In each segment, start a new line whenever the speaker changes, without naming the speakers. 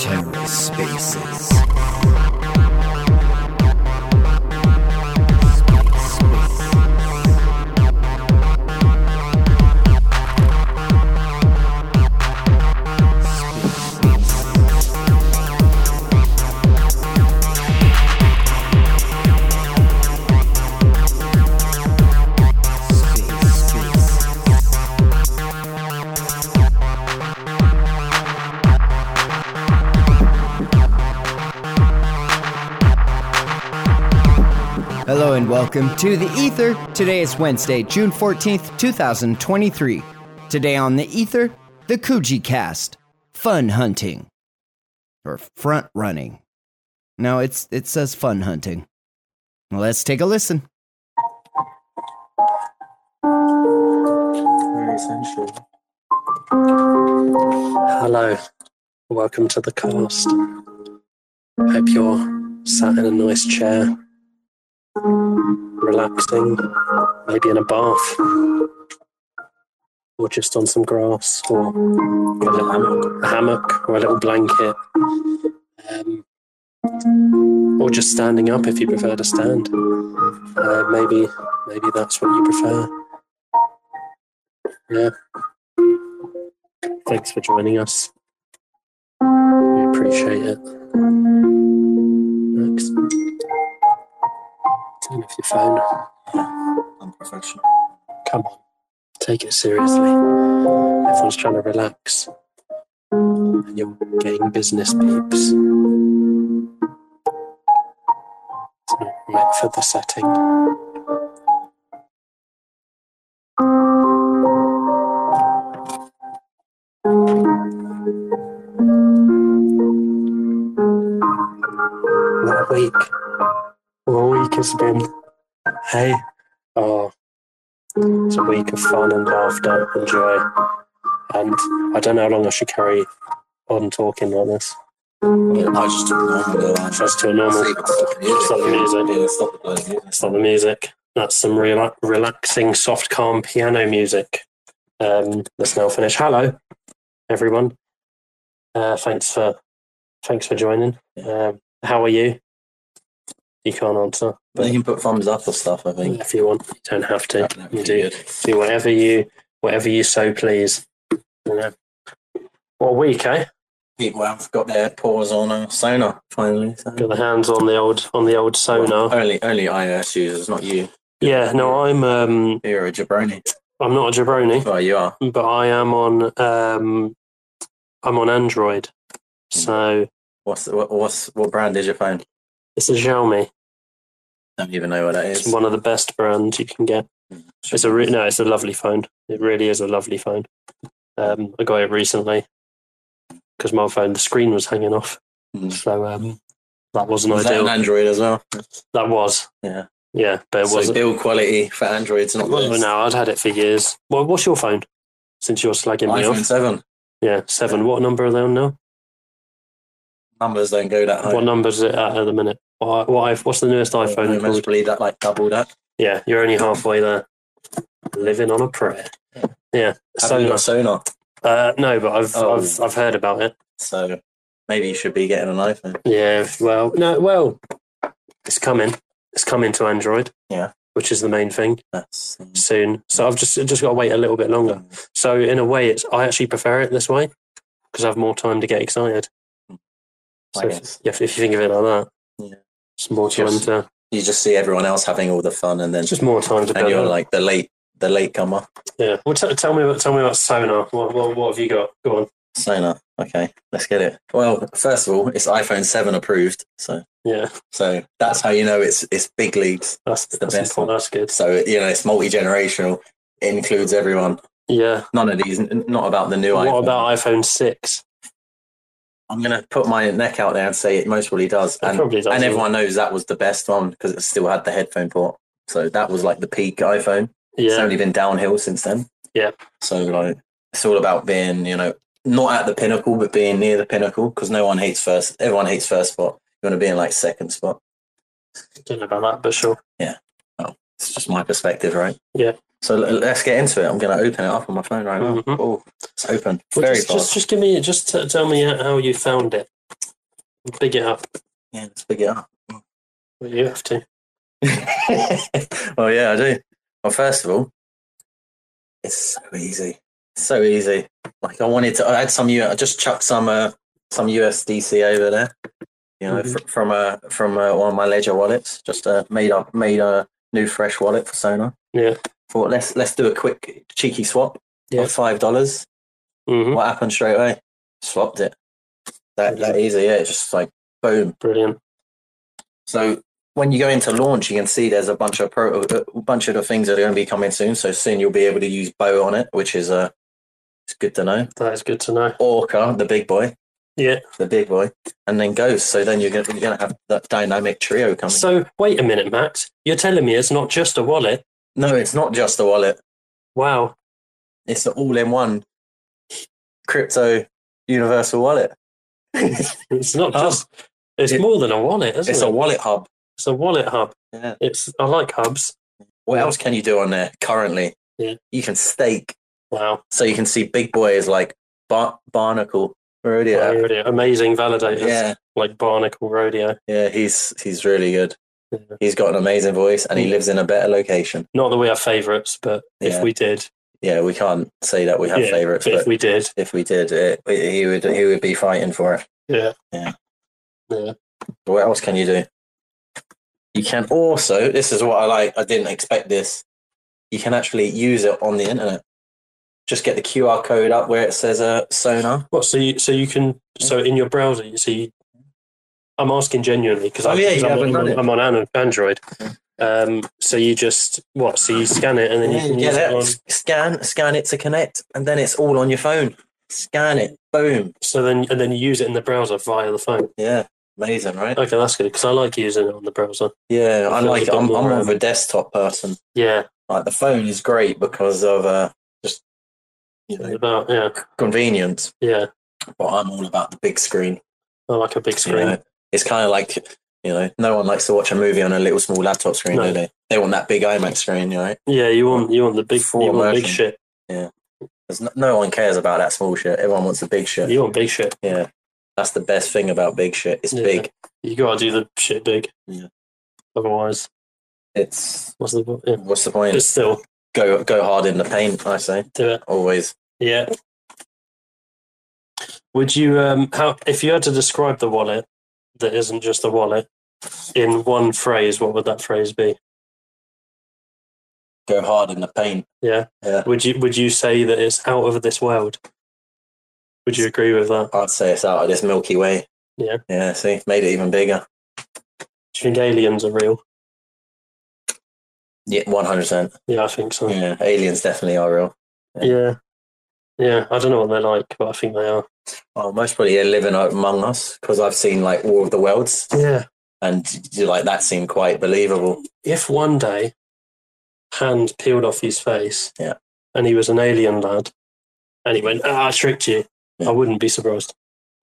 Terror Spaces. Hello and welcome to the Ether. Today is Wednesday, June 14th, 2023. Today on the Ether, the Coogee Cast, Fun Hunting. Or Front Running. No, it's it says Fun Hunting. Let's take a listen.
Very sensual. Hello, welcome to the cast. Hope you're sat in a nice chair, relaxing, maybe in a bath, or just on some grass, or a little hammock, a hammock or a little blanket, um, or just standing up if you prefer to stand. Uh, maybe, maybe that's what you prefer. Yeah. Thanks for joining us. We appreciate it. Thanks. Turn off your phone.
unprofessional.
Come on. Take it seriously. Everyone's trying to relax. And you're getting business peeps. So wait for the setting. What a week. What a week has been. Hey. Oh. It's a week of fun and laughter and joy. And I don't know how long I should carry on talking like this.
I just took normal though. I
That's too normal. It's not the music.
Yeah, stop the music.
It's not the music. That's some rela- relaxing, soft, calm piano music. Um, let's now finish. Hello, everyone. Uh, thanks for thanks for joining. Um, how are you? You can't answer,
But you
but
can put thumbs up or stuff, I think.
if you want, you don't have to.
That
You
would
do.
be good.
do whatever you whatever you so please. You know. What a week, eh?
People have got their paws on a sonar finally. So.
Got the hands on the old on the old sonar.
Only, only IOS users, not you.
Yeah, no, I'm um
You're a jabroni.
I'm not a jabroni,
Well, you are.
but I am on um I'm on Android.
Hmm.
So
What's what, what's what brand is your phone?
it's a Xiaomi.
Don't even know what that
It's
is.
one of the best brands you can get. It's a re- no, it's a lovely phone. It really is a lovely phone. Um, I got it recently because my phone the screen was hanging off,
Hmm.
so um, that wasn't
Is that
ideal.
an Android as well?
That was.
Yeah.
Yeah, but it
so
wasn't.
build quality for Android's not
Well,
this.
no, I'd had it for years. Well, what's your phone? Since you're slagging me
iPhone
off.
seven
Yeah, seven. What number are they on now?
numbers don't go that high.
What number is it at at the minute? What, what, i- what's the newest
Oh,
iPhone
Almost
called?
believe that like double that.
Yeah, you're only halfway there. Living on a prayer. Yeah.
Have you
So,
got sonar?
uh, no, but I've,
Oh.
I've I've heard about it.
So maybe you should be getting an iPhone.
Yeah. Well, no. Well, it's coming. It's coming to Android.
Yeah. Mm.
Which is the main thing
That's um,
soon. So I've just just got to wait a little bit longer.
Mm.
So in a way, it's I actually prefer it this way because I have more time to get excited.
I
So if,
guess.
yeah, if you think of it like that,
Yeah.
it's more time
Just-
to
you just see everyone else having all the fun, and then
it's just more time to
and
build.
you're
up.
like the late the late comer.
yeah. Well, t- tell me about tell me about sonar. What, what what have you got? Go on.
Sonar. Okay, let's get it. Well, first of all, it's iPhone seven approved, so
Yeah,
so that's how you know it's it's big leagues.
that's
the
that's,
best one.
that's good.
So you know it's multi generational, includes everyone.
Yeah.
None of these, n- not about the new
what
iPhone.
about iPhone six?
I'm gonna put my neck out there and say it most probably does,
It
and
probably does.
and everyone knows that was the best one because it still had the headphone port. So that was like the peak iPhone.
Yeah.
It's only been downhill since then.
Yeah.
So like it's all about being, you know, not at the pinnacle, but being near the pinnacle because no one hates first. Everyone hates first spot. You want to be in like second spot.
Don't know about that, but sure.
It's just my perspective, right?
Yeah.
So l- let's get into it. I'm going to open it up on my phone right now.
Mhm.
Oh, it's open.
Well,
Very
just,
fast.
just, just give me, just t- tell me how you found it. Big it up.
Yeah, let's pick it up.
Well, You have to.
well, yeah, I do. Well, first of all, it's so easy, so easy. Like I wanted to, I had some. U- I just chucked some, uh, some USDC over there. You
Mm-hmm.
know, fr- from uh, from uh, one of my Ledger wallets. Just uh, made up, made a new fresh wallet for Sonar.
Yeah.
Thought let's let's do a quick cheeky swap.
Yeah.
of Five dollars.
hmm
What happened straight away? Swapped it. That that easy. Yeah. It's just like boom.
Brilliant.
So when you go into launch, you can see there's a bunch of pro, uh, a bunch of the things that are going to be coming soon. So soon you'll be able to use Bow on it, which is uh, it's good to know.
That is good to know.
Orca, the big boy,
Yeah.
the big boy, and then Ghost. So then you're going to, you're going to have that dynamic trio coming.
So wait a minute, Max. You're telling me it's not just a wallet?
no, it's not just the wallet.
Wow.
It's the all-in-one crypto universal wallet.
It's not
Oh.
just. It's
It-
more than a wallet, isn't
it's
it?
a wallet hub.
it's a wallet hub.
Yeah.
It's. I like hubs.
What else can you do on there currently?
Yeah.
You can stake.
Wow.
So you can see big boy is like bar- barnacle rodeo.
Rodeo. Amazing validators.
yeah.
Like Barnacle Rodeo.
Yeah, he's he's really good.
Yeah.
He's got an amazing voice, and he lives in a better location.
Not that we have favourites, but if
Yeah.
we did,
Yeah, we can't say that we have
Yeah,
favorites,
but if
but
we did,
if we did, it, it- he would he would be fighting for it.
yeah.
What else can you do? You can also. This is what I like. I didn't expect this. You can actually use it on the internet. Just get the QR code up where it says uh, Sonar.
What? So you so you can so in your browser you see. I'm asking genuinely because
Oh,
I'm,
yeah, you haven't
I'm,
done it.
I'm on an- Android. Um, so you just what? So you scan it and then you
Yeah,
can
you get
use it
it.
on.
S- Scan scan it to connect, and then it's all on your phone. Scan it. Boom.
So then and then you use it in the browser via the phone.
Yeah, amazing, right?
Okay, that's good because I like using it on the browser.
Yeah, I
feels
like
a
it.
bit
I'm, I'm
more,
more
um,
of a desktop person.
Yeah,
Like the phone is great because of uh, just you know
about yeah,
convenience,
yeah.
but I'm all about the big screen.
I like a big
You
screen.
know, it's kind of like you know, no one likes to watch a movie on a little small laptop screen,
No.
do they? They want that big IMAX screen, you know.
Yeah, you want you want the big
Full
you want big
immersion.
shit.
'Cause No, no one cares about that small shit. Everyone wants the big shit.
You want big shit.
Yeah, that's the best thing about big shit. It's
Yeah.
big.
You gotta do the shit big.
Yeah.
Otherwise,
It's
what's the yeah.
what's the point?
But still,
go go hard in the paint. I say
do it.
always.
Yeah. Would you um how if you had to describe the wallet that isn't just a wallet in one phrase, what would that phrase be?
Go hard in the paint.
Yeah.
Yeah.
Would you would you say that it's out of this world? Would you agree with that?
I'd say it's out of this Milky Way.
Yeah.
Yeah, see, made it even bigger.
Do you think aliens are real?
Yeah, 100%.
Yeah, I think so. Yeah.
Yeah, aliens definitely are real.
Yeah. I don't know what they're like, but I think they are.
Oh, most probably they're living among us because I've seen like War of the Worlds
Yeah.
and you like that seemed quite believable.
If one day hand peeled off his face
Yeah.
and he was an alien lad and he went, Ah, I tricked you,
Yeah.
I wouldn't be surprised.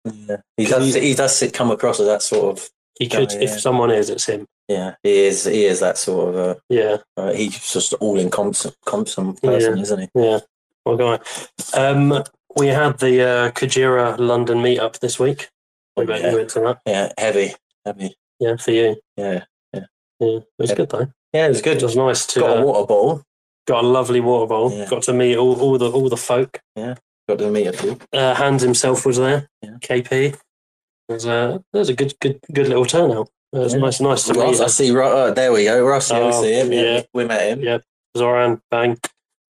Yeah. He does he does sit- come across as that sort of
He could,
yeah.
if someone is, it's him.
yeah, he is he is that sort of
Yeah,
uh, uh he's just all encompassing person, isn't he?
yeah. Well, guy. Um, we had the uh, Kajira London meetup this week. We went, we
Yeah.
went to that.
yeah, heavy. Heavy.
Yeah, for you.
Yeah.
Yeah, it was
Yeah.
good though.
Yeah, it was good.
It was nice to
got a
uh,
water bottle.
got a lovely water bowl.
Yeah.
Got to meet all, all the all the folk.
Got to meet a few.
Uh, Hans himself was there.
Yeah.
KP. There's a there's uh, a good good good little turnout. It was
Yeah.
nice nice to meet.
Russ, I
her.
see. Ru- oh, there we go. Russ, yeah, we
Oh,
see him. Yeah,
yeah.
we met him.
Yeah. Zoran, bang.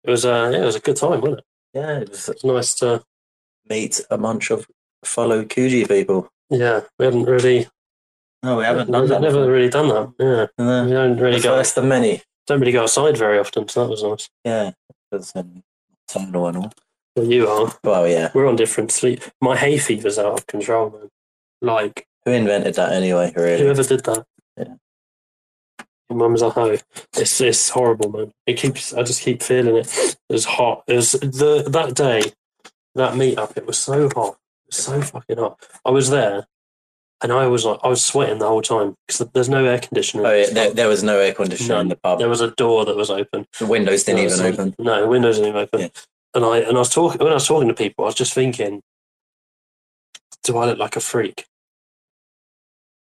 It was uh, yeah, it was a good time, wasn't it?
Yeah, it was
It was nice to
meet a bunch of fellow Coogee people.
yeah. We hadn't really
No, we haven't done
never,
that.
never
before.
really done that. Yeah.
No.
We don't
The
really go
first of many.
don't really go outside very often, so that was nice.
Yeah, because um, nocturnal and all.
Well, you are.
Well, yeah.
We're on different sleep. My hay fever's out of control, man. Like
Who invented that anyway? Really?
whoever did that.
Yeah.
Your mum's a hoe. It's it's horrible, man. It keeps. I just keep feeling it. It's hot. It's the that day, that meetup. It was so hot. It was so fucking hot. I was there, and I was like, I was sweating the whole time because there's no air conditioning.
Oh, yeah, there, there was no air conditioning in the pub.
There was a door that was open.
the windows didn't
No,
even
it's-
open.
No, windows didn't even open.
Yeah.
And I and I was talking when I was talking to people, I was just thinking, do I look like a freak?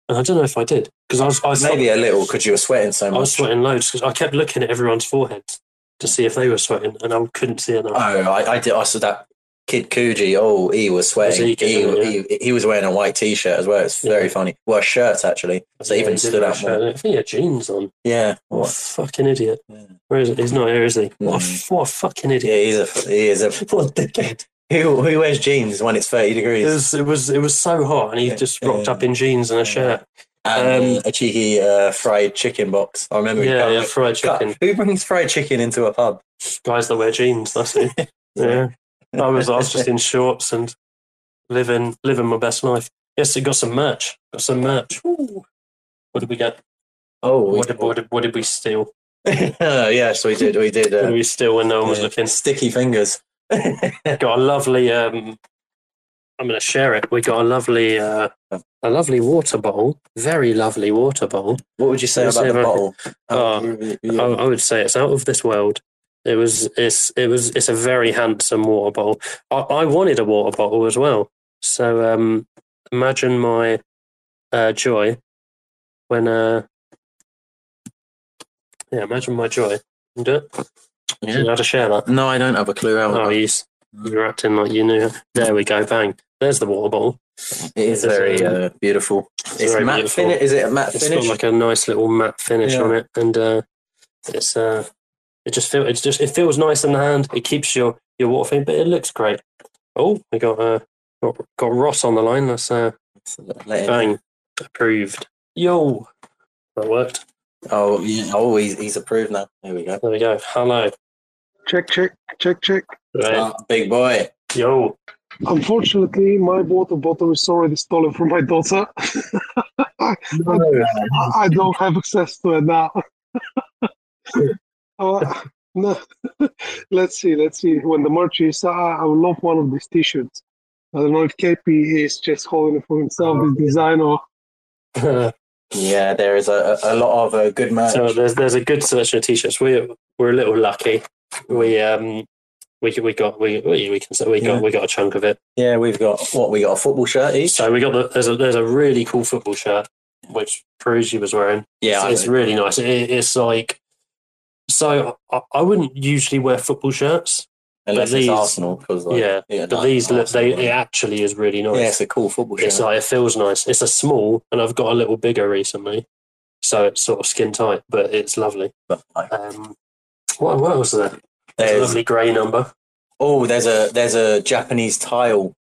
And I don't know if I did because I was I was,
Maybe a little because you were sweating so
I was
much.
sweating loads because I kept looking at everyone's foreheads to see if they were sweating, and I couldn't see enough.
Oh, I, I did. I saw that kid Coogee. Oh, he was sweating.
Was he
He,
kicking it,
he, he, was wearing a white t-shirt as well. It's
Yeah.
very funny. Well, a shirt actually. So
Yeah,
even
he did
stood
wear a
out
shirt.
more.
I think he had jeans on.
Yeah.
What a
What?
fucking idiot!
Yeah.
Where is it? He's not here, is he? What a,
Mm.
f- what a fucking idiot!
Yeah, he's a he is a
What a dickhead!
who who wears jeans when it's thirty
It
degrees
was, it was it was so hot, and he
Yeah.
just rocked up in jeans and a shirt.
and
Um,
a cheeky uh, fried chicken box. I remember. he
Yeah,
cut-
yeah, fried
cut-
chicken.
Who brings fried chicken into a pub?
Guys that wear jeans, that's it. Yeah, I was I was just in shorts and living living my best life. Yes, it got some merch. Got some merch. Ooh. What did we get?
oh, we-
What did, what did, what did we steal?
yeah. So we did. We did.
What did
Uh,
we steal when no one was
yeah,
looking?
sticky fingers.
Got a lovely. um I'm going to share it. We got a lovely, uh, a lovely water bowl. Very lovely water bowl.
What would you say
Let's
about
see
the
if I-
bottle?
Oh,
Um,
I, I would say it's out of this world. It was it's it was it's a very handsome water bottle. I, I wanted a water bottle as well. So um, imagine my uh, joy when uh, yeah, imagine my joy. Can you Do it. You
Yeah.
know how to share that?
No, I don't have a clue. How
Oh, you, s- you're acting like you knew. There we go. Bang. There's the water bottle.
it is very uh, beautiful. It's,
very
matte
beautiful.
finish. Is it a matte
It's
finish?
got like a nice little matte finish
Yeah.
on it, and uh, it's uh, it just feels it's just it feels nice in the hand. It keeps your your water thing, but it looks great. Oh, we got uh, got, got Ross on the line. That's uh,
Let it-
bang approved. Yo, that worked.
oh, yeah. oh, he's, he's approved now. There we go.
There we go. Hello,
Check, check, check, check.
Right.
Ah, big boy.
yo.
Unfortunately, my water bottle is already stolen from my daughter. I I don't have access to it now. uh, no. let's see, let's see. When the merch is, I, I would love one of these t-shirts. I don't know if KP is just holding it for himself, this design, or
so
Yeah, there is a, a a lot of uh, good merch.
there's there's a good selection of t-shirts. We we're a little lucky. We um we we got we we we can say we got
Yeah.
we got a chunk of it.
yeah, we've got what we got a football shirt each.
So we got the there's a there's a really cool football shirt which Peruggi was wearing.
yeah,
So
I
it's
know.
really nice. It, it's like so I, I wouldn't usually wear football shirts,
unless
but
it's
these-
Arsenal. 'cause, like,
yeah, but
no,
these look
Arsenal,
they
yeah.
it actually is really nice.
Yeah, it's a cool football shirt.
it's like it feels nice. It's a small, and I've got a little bigger recently, so it's sort of skin tight, but it's lovely.
But, like,
Um, what what else is there? There's a
there's-
lovely grey number,
oh, there's a there's a Japanese tile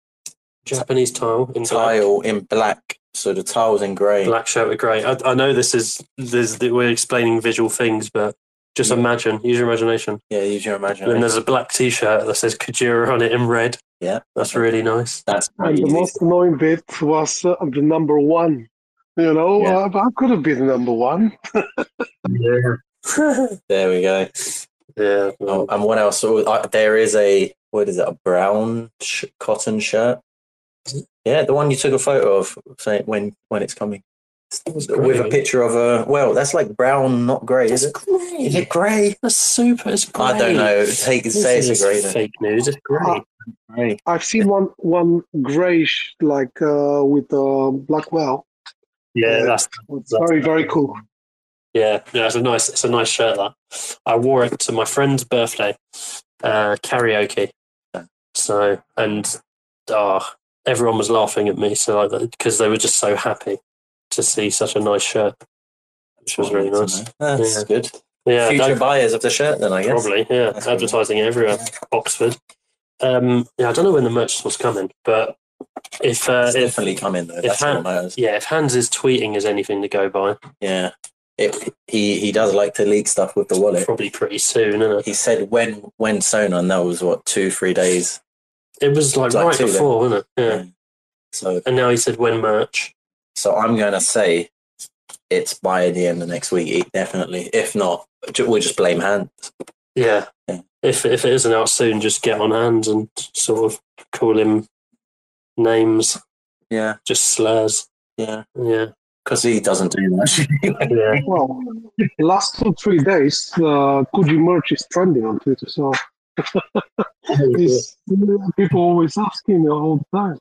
Japanese tile in black.
tile in black. So the tile's in grey.
Black shirt with grey. I, I know this is this, we're explaining visual things, but just
Yeah.
imagine. Use your imagination.
Yeah, use your
And then
imagination.
there's a black T-shirt that says Kajira on it in red.
Yeah.
that's really nice.
That's
and the
crazy.
most annoying bit was uh, the number one. You know, uh,
Yeah.
I, I could have been the number one.
Yeah,
There we go.
yeah.
Oh,
well,
and what else? Oh, I, there is a what is it? A brown sh- cotton shirt. Yeah, the one you took a photo of. Say when when it's coming with a
grey.
picture of a well. That's like brown, not grey, is it? Is
grey.
it grey?
That's super. It's grey.
I don't know. Take
This
say
is
it's a Oh. grey. then.
fake news. It's grey.
Grey.
I've seen one, one grayish, like uh, with uh, Blackwell.
Yeah, that's
It's very, very cool.
yeah. No, it's a nice. It's a nice shirt. That I wore it to my friend's birthday uh, karaoke. So and ah, everyone was laughing at me. So like because they were just so happy to see such a nice shirt, which was really nice.
Ah, That's
Yeah.
good.
Yeah,
Future
that-
buyers of the shirt, then I guess.
Probably, yeah.
That's probably-
Advertising everywhere. Oxford. Um, yeah, I don't know when the merch store's coming, but if uh,
It's
if
definitely coming though. That's
Han-
what matters.
yeah, if Hans is tweeting is anything to go by,
Yeah, it, he he does like to leak stuff with the wallet.
probably pretty soon, isn't it?
He said when when sewn on that was what two three days.
It was like,
It's like
right
two then.
before, wasn't it? Yeah.
So
And now he said when merch.
So I'm going to say it's by the end of next week, definitely. If not, ju- we'll just blame Han.
Yeah.
Yeah.
If if it isn't out soon, just get on Hans and sort of call him names,
Yeah.
just slurs.
Yeah,
Yeah,
because he doesn't do much.
yeah.
Well, last two three days, uh, Kuji merch is trending on Twitter, so it's, people always ask him all the time.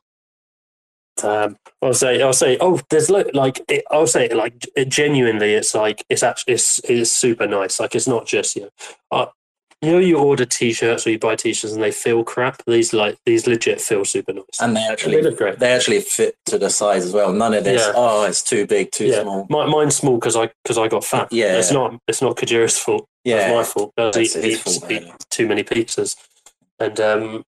Um, I'll say, I'll say, oh, there's lo- like, it, I'll say, it like, it genuinely, it's like, it's actually, it's, it's super nice. Like, it's not just you know, uh, you know, you order t-shirts or you buy t-shirts and they feel crap. These like, these legit feel super nice.
and they
They
actually
look great.
they actually fit to the size as well. None of this.
Yeah.
Oh, it's too big, too
yeah,
small.
my, mine's small because I because I got fat.
Yeah.
it's not it's not Kajira's fault. That's my
Yeah,
fault. I
that's
eat,
his
eat-
fault,
eat
really.
too many pizzas, and um,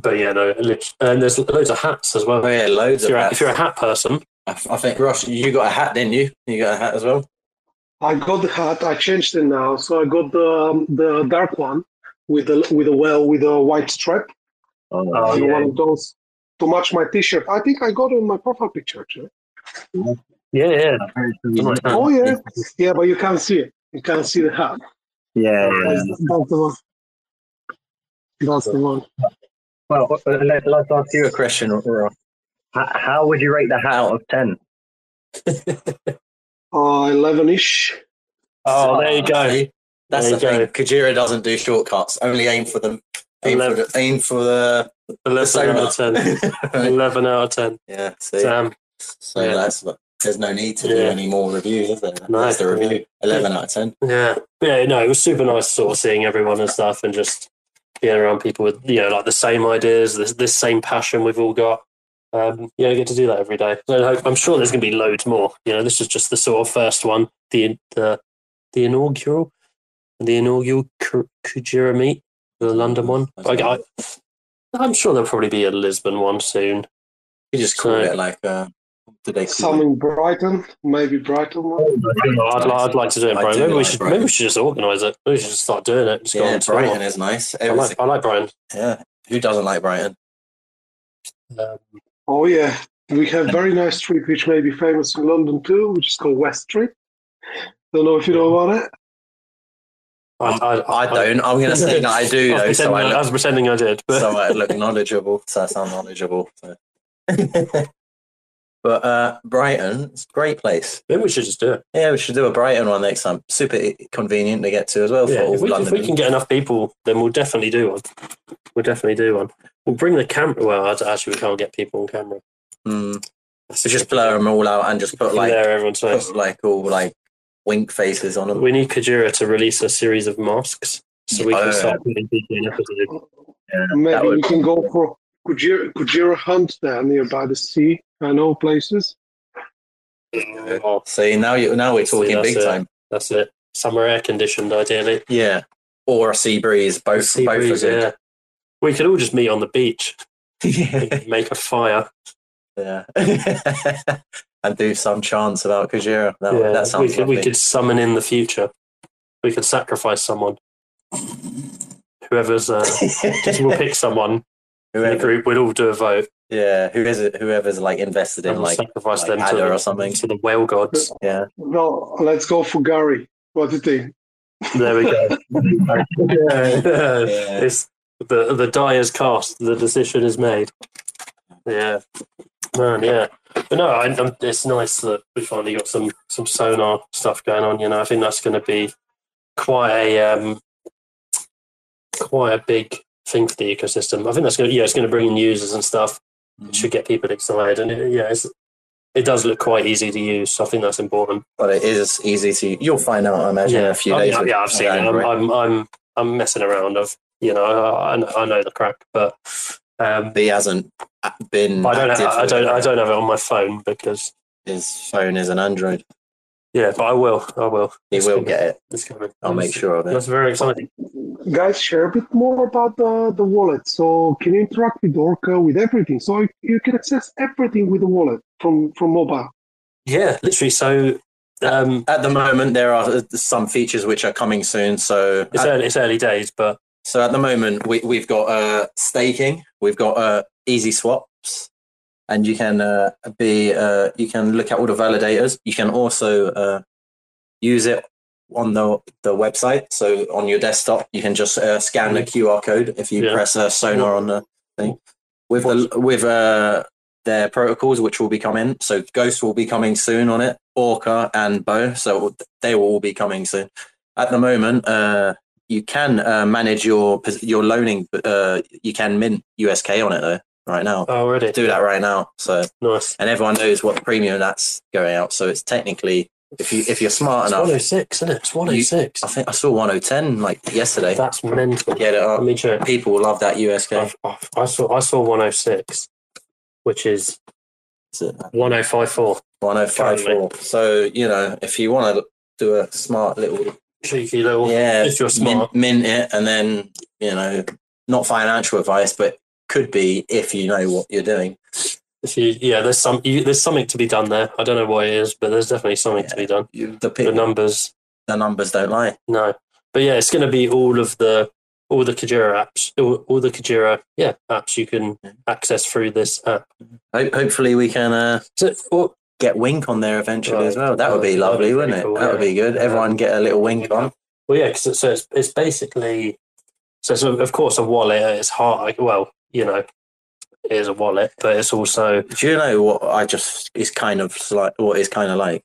but yeah, no, lit- and there's loads of hats as well.
oh yeah, loads
if,
of
you're a,
hats.
if you're a hat person,
I, I think Ross, you got a hat, didn't you? You got a hat as well.
I got the hat. I changed it now, so I got the um, the dark one with the with a well with a white stripe.
Oh,
and
yeah.
one of those to match my T-shirt. I think I got it in my profile picture actually.
yeah, yeah,
oh yeah, yeah, but you can't see it. You can't see the hat.
Yeah.
That's, that's the one. That's the one.
Well, uh, let, let's ask you a question.
Question or
How, how would you rate the hat out of 10?
Uh, Eleven-ish.
Oh, there you go.
See? That's
There
the
you go.
thing. Kajira doesn't do shortcuts. Only aim for them. Aim for
Eleven.
the. Aim for the
11 out of 10.
10.
11 out of 10.
yeah. See.
Damn.
so
yeah.
that's what- there's no need to do
Yeah.
any more reviews, is there?
No.
That's the review. Eleven out of ten.
Yeah. Yeah, no, it was super nice sort of seeing everyone and stuff and just being around people with, you know, like the same ideas, this, this same passion we've all got. Um, yeah, I get to do that every day. So I hope- I'm sure there's going to be loads more. You know, this is just the sort of first one, the the, the inaugural, the inaugural Ku- Kujira meet, the London one. I, I, I'm sure there'll probably be a Lisbon one soon.
You just call
So-
it like. Uh, what do they call
Some
it?
in Brighton, maybe Brighton one.
I'd, li- I'd like to do it,
I
Brian.
do
Maybe we
like
should
Brighton.
maybe we should just organise it. Maybe we should just start doing it. Just go
Yeah,
on to
Brighton
it.
is nice.
I
Everything.
like, I like Brighton.
Yeah. Who doesn't like Brighton?
Um,
Oh yeah, we have very nice street which may be famous in London too, which is called West Street. Don't know if you know about it.
I, I,
I don't. I'm going to say that I do,
I was,
though. So
pretending, I
I,
was pretending I did, but
look, so I look knowledgeable. So I sound knowledgeable. So. but uh, Brighton, it's a great place.
maybe we should just do it.
Yeah, we should do a Brighton one next time. Super e, convenient to get to as well for
Yeah,
all
if, we, if
London.
we can get enough people, then we'll definitely do one. We'll definitely do one. We'll bring the camera. Well, I- actually, we can't get people on camera.
Mm, so just blur them all out and just put
like,
like
there, everyone's face.
put, like all like wink faces on them.
We need Kajira to release a series of masks so we
Oh, Yeah.
can start putting people in episodes.
Maybe
would-
we can go for Kujira, Kujira Hunt there nearby the sea. I know places.
Oh,
See now you now we're
See,
talking
that's
big
it.
time.
that's it. Somewhere air conditioned, ideally.
Yeah, or a sea breeze. Both
Sea
both
breeze,
are good.
yeah. We could all just meet on the beach,
Yeah.
make a fire.
Yeah. and do some chants about Kajira. That,
Yeah,
that sounds
we could, we
lovely.
could summon in the future. We could sacrifice someone. Whoever's uh, just we'll pick someone in the
whoever,
group. We'll all do a vote
yeah, who is it, whoever's like invested in
and we'll
like
sacrifice
like
them to
Adder
the,
or something.
to the whale gods.
yeah.
No, let's go for Gary. What do you think?
There we go.
Yeah.
It's the the die is cast. The decision is made. Yeah, man. Yeah, but no, I, i it's nice that we finally got some some sonar stuff going on. You know, I think that's going to be quite a um, quite a big thing for the ecosystem. I think that's going to yeah, it's going to bring in users and stuff. It should get people excited, and it, yeah, it's, it does look quite easy to use. So I think that's important.
But it is easy to you'll find out, I imagine, in a few
I-
days.
Oh, yeah,
with-
yeah, I've seen it. I'm,
Android.
I'm, I'm, I'm messing around. I've, you know, I, I know- I know the crack, but um,
He hasn't uh, been.
I don't,
active
I, I
with
don't,
it.
I don't have it on my phone because,
His phone is an Android.
yeah, but I will, I will.
He
It's
will
coming.
get it.
It's coming.
I'll make sure of it.
That's very exciting.
Guys, share a bit more about the, the wallet. So can you interact with Orca with everything? So you- you can access everything with the wallet from from mobile.
Yeah, literally. So, um,
At the moment, there are some features which are coming soon. So
it's
at-
early, it's early days, but
So at the moment, we, we've got uh, staking, we've got uh, easy swaps, and you can uh, be uh, you can look at all the validators. You can also uh, use it on the the website. So on your desktop, you can just uh, scan the QR code if you
Yeah.
press uh, sonar on the thing. With the with uh, their protocols, which will be coming. So Ghost will be coming soon on it, Orca and Bow. So they will all be coming soon. At the moment, uh, you can uh, manage your your loaning. Uh, you can mint USK on it though right now.
oh, already.
Do that right now. So
Nice.
and everyone knows what premium that's going out. So it's technically if you if you're smart
It's
enough,
106, isn't it? It's 106.
I think I saw 1010 like yesterday.
That's mental.
Get it
Let
up.
me check.
People love that USK.
I've, I've, I saw I saw 106, which is
Is it
1054.
1054. So you know if you want to do a smart little
Cheeky little.
yeah,
If you're smart.
mint, mint it, and then you know not financial advice, but could be if you know what you're doing.
If you yeah, there's some you, there's something to be done there. I don't know what it is, but there's definitely something to be done.
The
The
people,
numbers,
the numbers don't lie.
no, but yeah, it's going to be all of the all the Kajira apps, all, all the Kajira yeah apps you can access through this app.
Ho- hopefully, we can uh,
So, well,
get Wink on there eventually
Right.
as well. That would be
That'd be
lovely,
pretty
wouldn't it?
cool,
that would
yeah.
be good. Everyone get a little Wink on.
Well, yeah, 'cause it's, so it's, it's basically so it's of course a wallet. It's hard. Well, you know, it is a wallet, but it's also
Do you know what I just is kind of like what is kind of like?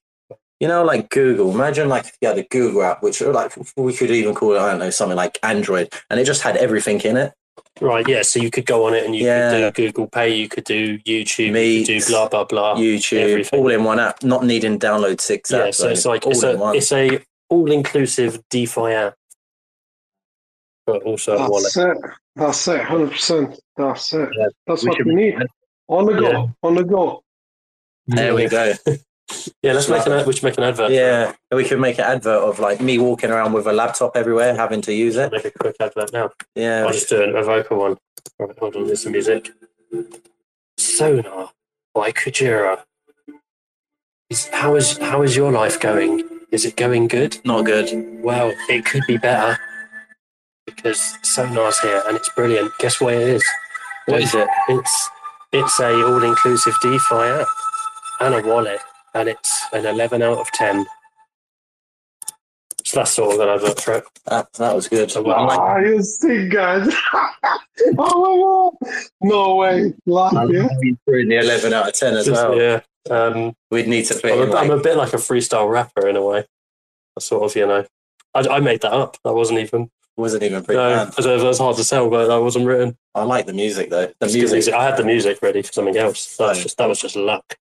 You know, like Google. Imagine like if you had a Google app, which like we could even call it, I don't know, something like Android, and it just had everything in it.
right. Yeah, so you could go on it and you
Yeah.
could do Google Pay, you could do YouTube, you could
Meet,
do blah blah blah.
YouTube,
Ah, everything.
all in one app, not needing to download six apps.
yeah, so
or
it's
anything,
like
all
it's
in
a
one.
it's a all inclusive DeFi app, but also a wallet.
That's it. That's it. Hundred percent. That's it.
Yeah,
That's
we
what
should-
we need. On the go.
Yeah.
On the go.
there we go.
Yeah, let's make an ad- we should make an advert. for
Yeah, and we could make an advert of like me walking around with a laptop everywhere, having to use
that.
it.
Make a quick advert now.
Yeah,
I'll just do an Evoca one. Right, hold on, there's some music. Sonar by Kujira. Is, how is how is your life going? Is it going good?
not good.
Well, it could be better because Sonar's here and it's brilliant. Guess what it is?
What is it?
It's it's a all-inclusive DeFi app and a wallet, and it's an 11 out of 10. So that's sort of an advert for it.
That, that was good.
So, well,
I like-
Ah, you see, guys. oh my god. No way. Laugh, yeah.
in the 11 out of 10 as
just-
well.
yeah. Um,
We'd need to put
I'm
in
a,
like,
I'm a bit like a freestyle rapper in a way. I sort of, you know, I, I made that up. That wasn't even.
wasn't even pretty
No,
bad.
I don't know, that's hard to sell, but that wasn't written.
I like the music though. The
It's good
music,
I had the music ready for something else. That was
Oh.
just that was just luck.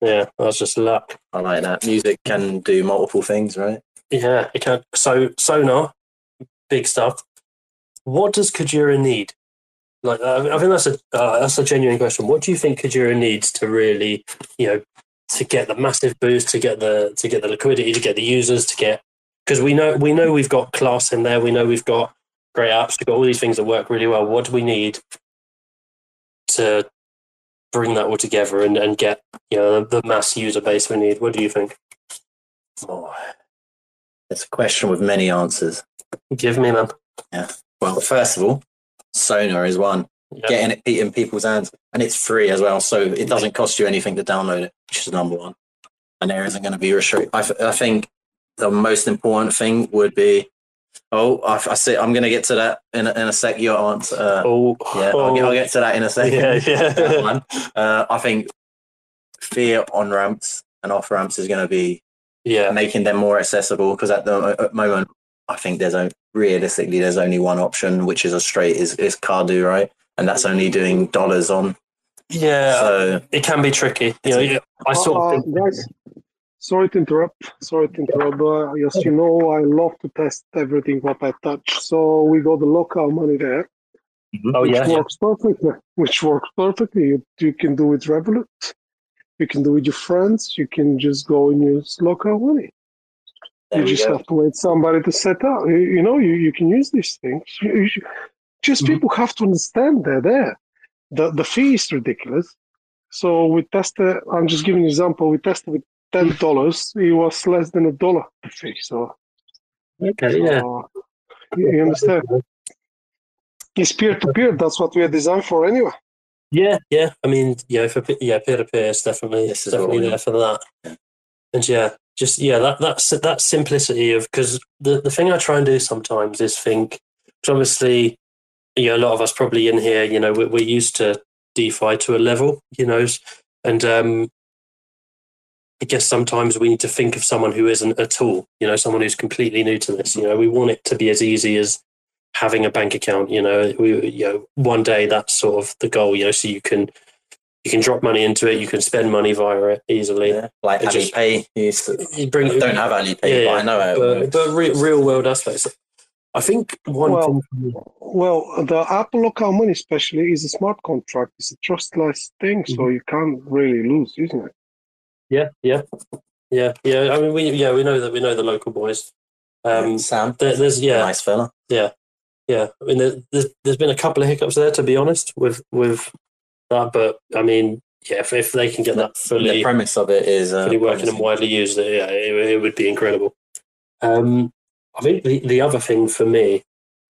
Yeah, that was just luck.
I like that. Music can do multiple things, right?
Yeah, it can. So sonar, big stuff. What does Kajira need? Like, uh, I think that's a uh, that's a genuine question. What do you think Kajira needs to really, you know, to get the massive boost, to get the to get the liquidity, to get the users, to get because we know we know we've got class in there. We know we've got great apps. We've got all these things that work really well. What do we need to bring that all together and, and get you know the, the mass user base we need? What do you think?
Oh, it's a question with many answers.
Give me, man.
Well, first of all, Sonar is one.
Yeah.
Getting it in people's hands, and it's free as well, so it doesn't cost you anything to download it, which is number one. And there isn't going to be restrict. I, th- I think the most important thing would be. Oh, I, I see. I'm going to get to that in a, in a sec. Your answer. Uh,
Oh,
yeah, I'll, get, I'll get to that in a second.
yeah,
that
yeah.
one. Uh, I think fear on ramps and off ramps is going to be
yeah.
making them more accessible because at the mo- at moment, I think there's only, realistically there's only one option, which is a straight is is Cardu, right? And that's only doing dollars on.
Yeah,
So
it can be tricky. You know, yeah, I
Uh,
sort of think,
guys, sorry to interrupt. Sorry to interrupt. But as you know, I love to test everything what I touch. So we got the local money there,
oh
which
yeah, yeah,
works perfectly. Which works perfectly. You, you can do with Revolut. You can do with your friends. You can just go and use local money.
there
you
we
just
go.
have to wait somebody to set up. You, you know, you, you can use these things. You- you should- just
Mhm.
Mm-hmm.
people have to understand they're there. The the fee is ridiculous. So we tested. I'm just giving an example. We tested with ten
Mm.
dollars. It was less than a dollar the fee. So,
okay, yeah.
so you, you understand? It's peer to peer. That's what we are designed for anyway.
Yeah, yeah. I mean, yeah, for pe- yeah, peer to peer, it's definitely
This
it's
is what
definitely
we
there for that. And yeah, just yeah, that that's that simplicity of because the the thing I try and do sometimes is think, 'cause obviously, you know, a lot of us probably in here, you know, we're, we're used to DeFi to a level, you know, and um, I guess sometimes we need to think of someone who isn't at all, you know, someone who's completely new to this. You know, we want it to be as easy as having a bank account. You know, we, you know, one day that's sort of the goal. You know, so you can you can drop money into it, you can spend money via it easily.
Yeah. Like
It just-
Alipay, you used to,
You bring
I don't have Alipay,
Yeah,
but I know how it
but,
works.
but re- real world aspects. I think one
Well-
thing
Well, the Apple local money, especially, is a smart contract. It's a trustless thing, so you can't really lose using it.
Yeah, yeah, yeah, yeah. I mean, we yeah we know that we know the local boys. Um,
Sam,
there, there's yeah,
nice fella.
yeah. I mean, there- there's there's been a couple of hiccups there to be honest with with that, but I mean, yeah, if, if they can get that
The
fully
premise of it is uh,
fully working and
promising.
widely used, uh, yeah, it, it would be incredible. Um, I think the the other thing for me,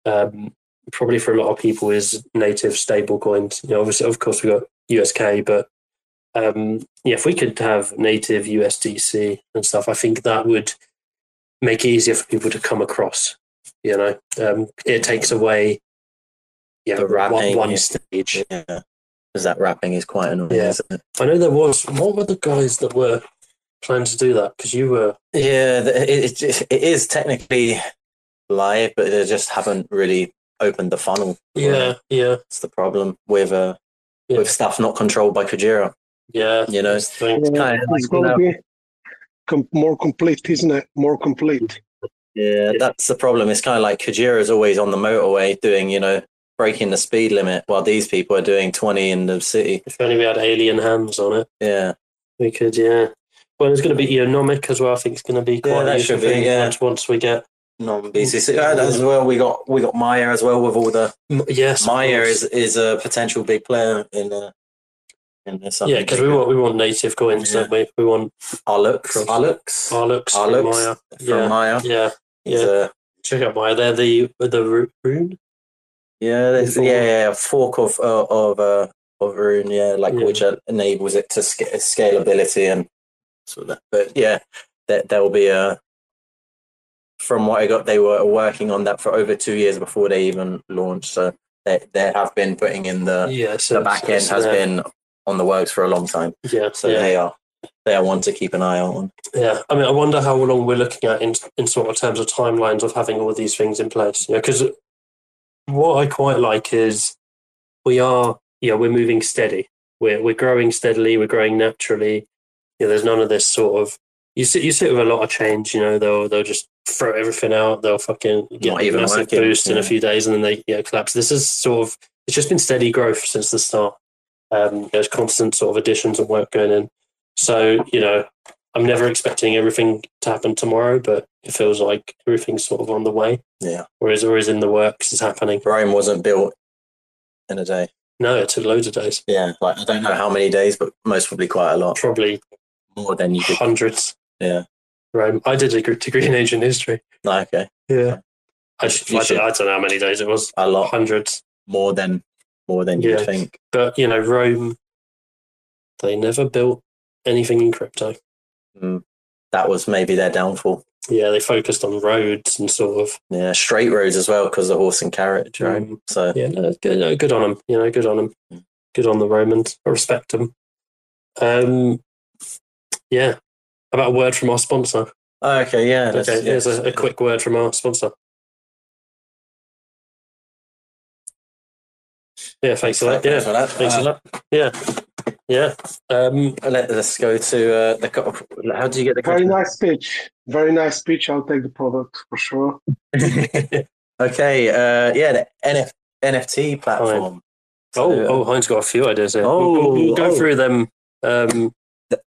um, probably for a lot of people, is native stable coins. You know, obviously, of course, we got USK, but um, yeah, if we could have native USDC and stuff, I think that would make it easier for people to come across. You know, um, it takes away yeah
The
one,
wrapping,
one
yeah.
stage.
Yeah, because that wrapping is quite annoying.
Yeah.
Isn't it?
I know there was. What were the guys that were planning to do that? Because you were
Yeah, th- it, it, it is technically live, but they just haven't really opened the funnel.
yeah yeah
That's the problem with uh,
Yeah.
with stuff not controlled by Kujira.
yeah.
You know,
that's the thing.
kinda
It's
like,
going
no.
to be com- more complete, isn't it? More complete.
Yeah, that's the problem. It's kind of like Kajira is always on the motorway doing, you know, breaking the speed limit, while these people are doing 20 in the city.
If only we had alien hands on it,
Yeah,
we could, yeah. Well, it's going to be economic as well. I think it's going to be
Yeah,
quite
that
useful
should be,
thing
yeah.
once, once we get.
non BCC as well. We got we got Maya as well with all the
M- Yes, of
Maya
course.
is is a potential big player in uh, in this. I
Yeah,
think.
because we want we want native coins,
Yeah.
don't we? We want
Arlux, Arlux,
Arlux,
Arlux
Maya.
from
Oh, yeah.
Maya. uh,
Yeah,
Yeah,
yeah. Check out Maya. They're the the ru- rune.
yeah, there's,
Fork.
yeah, yeah, fork of uh, of uh, of Rune, yeah, like
Yeah.
which uh, enables it to sca- scalability and sort of that. But yeah, that there will be a. From what I got, they were working on that for over two years before they even launched. So they they have been putting in the
Yeah, so
the back end
so
has
they're-
been on the works for a long time.
Yeah,
So
yeah.
they are they are one to keep an eye on.
Yeah, I mean, I wonder how long we're looking at in in sort of terms of timelines of having all these things in place. You know, because what I quite like is we are, you know, we're moving steady. We're we're growing steadily. We're growing naturally. You know, there's none of this sort of you sit you sit with a lot of change. You know, they'll they'll just throw everything out. They'll fucking get
Not
a
even
massive
working,
boost in a
yeah.
few days, and then they you know, collapse. This is sort of it's just been steady growth since the start. Um, there's constant sort of additions and work going in. So you know, I'm never expecting everything to happen tomorrow, but it feels like everything's sort of on the way,
Yeah,
or is or is in the works, is happening.
Rome wasn't built in a day.
No, it took loads of days,
Yeah, like I don't know how many days, but most probably quite a lot
probably
more than you could.
hundreds.
Yeah.
Right. I did a gr- degree in ancient history.
No, okay,
Yeah. I, should,
You
I,
should.
don't, I don't know how many days it was.
a lot.
Hundreds.
more than more than you'd
Yeah.
think.
But you know, Rome, they never built anything in crypto.
Mm. That was maybe their downfall.
Yeah, they focused on roads and sort of.
Yeah, straight roads as well because the horse and carriage, right?
Mm.
So
Yeah, no, good, no, good on them. You know, good on
Hmm.
them. Good on the Romans. I respect them. Um, yeah. How About a word from our sponsor.
oh, okay, yeah, that's-
Okay,
yeah.
here's a, a quick word from our sponsor. Yeah, thanks a lot.
Thanks
Yeah,
for that.
thanks a
Uh,
lot. Yeah, yeah. Um,
Let, us go to uh, the. co- How do you get the?
Very nice pitch. Very nice pitch. I'll take the product for sure.
okay, uh, yeah, the NF, NFT platform.
oh,
So, uh,
oh, Heinz got a few ideas here.
Oh,
we'll, we'll go
oh.
through them. Um,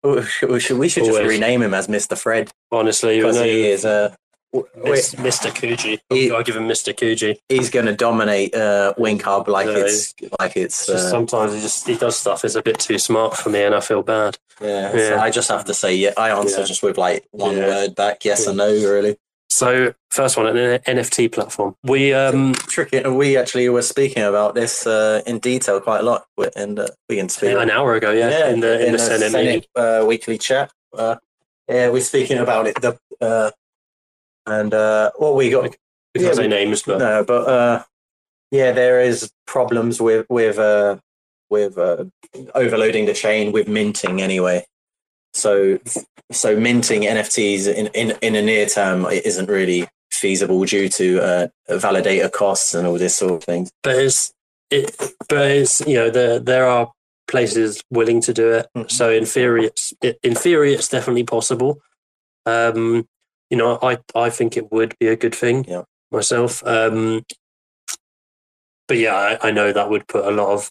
We should, we should, we should just
Always.
rename him as Mr. Fred
honestly, I
because
know
he is uh, w-
Miss- Mr. Coogee.
He-
I give him Mr. Coogee.
he's going to dominate uh, Wink Hub like
Yeah,
it's like it's
Just
uh,
sometimes he just he does stuff that's a bit too smart for me, and I feel bad.
Yeah,
Yeah.
so I just have to say yeah. I answer
Yeah.
just with like one
Yeah.
word back, yes
Yeah.
or no, really.
So first one, an N- NFT platform. We um
Tricky. We actually were speaking about this uh, in detail quite a lot, wi- and uh, we can speak.
an hour ago, yeah, in the in, the Senate, meeting.
uh, weekly chat. Uh, yeah, we're speaking about it. The uh, and uh, what we got
We
Yeah,
can't say
we-
names, but
No, but uh, yeah, there is problems with with uh, with uh, overloading the chain with minting anyway. So so minting NFTs in in in the near term it isn't really feasible due to uh, validator costs and all this sort of thing.
but it's it but it's you know there there are places willing to do it
Mhm.
so in theory it's i- in theory it's definitely possible um you know i i think it would be a good thing
Yeah.
myself um but yeah I, I know that would put a lot of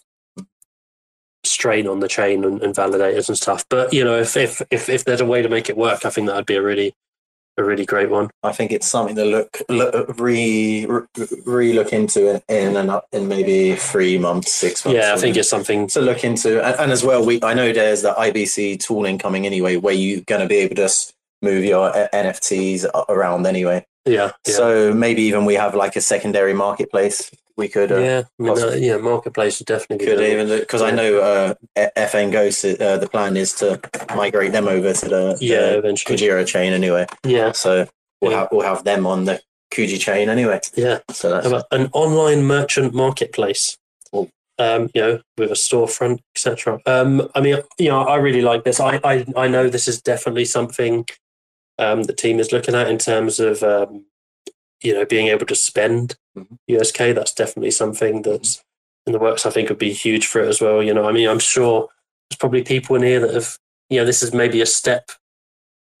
strain on the chain and, and validators and stuff but you know if, if if if there's a way to make it work i think that would be a really a really great one
I think it's something to look, look re re look into in in, an, in maybe three months, six months.
yeah i think
it's.
it's something
to look into and, and as well we i know there's the ibc tooling coming anyway where you're going to be able to s- move your uh, nfts a- around anyway
yeah yeah.
so maybe even we have like a secondary marketplace we could uh,
yeah, I mean,
Possible.
uh, yeah, marketplace would definitely be
could
doable.
even because i know uh F- fn ghost uh, the plan is to migrate them over to the
yeah,
the
eventually.
Kujira chain anyway
Yeah,
so we'll
Yeah.
have we'll have them on the kuji chain anyway
yeah.
so that's
How about an online merchant marketplace.
Oh.
Um, you know, with a storefront, etc. Um, I mean, you know, I really like this. I, I, I know this is definitely something um, the team is looking at in terms of um, you know being able to spend
Mhm.
USK. That's definitely something that's in the works. I think would be huge for it as well. You know, I mean, I'm sure there's probably people in here that have you know this is maybe a step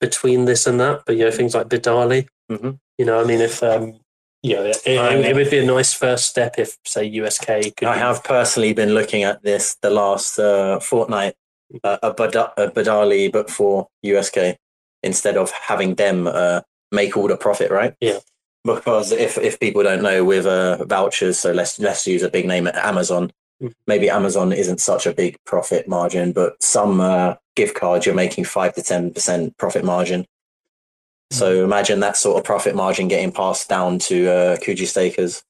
between this and that, but you know things like Bidali.
Mhm.
You know, I mean, if um, you know, it, it,
I-
it would be a nice first step if say USK could.
I
be-
have personally been looking at this the last uh, fortnight, uh, a, Bada- a Badali, but for USK instead of having them uh, make all the profit, right?
Yeah.
Because if, if people don't know with uh, vouchers, so let's let's use a big name at Amazon.
Mhm.
Maybe Amazon isn't such a big profit margin, but some uh, gift cards you're making five to ten percent profit margin.
Hmm.
So imagine that sort of profit margin getting passed down to uh, Kuji stakers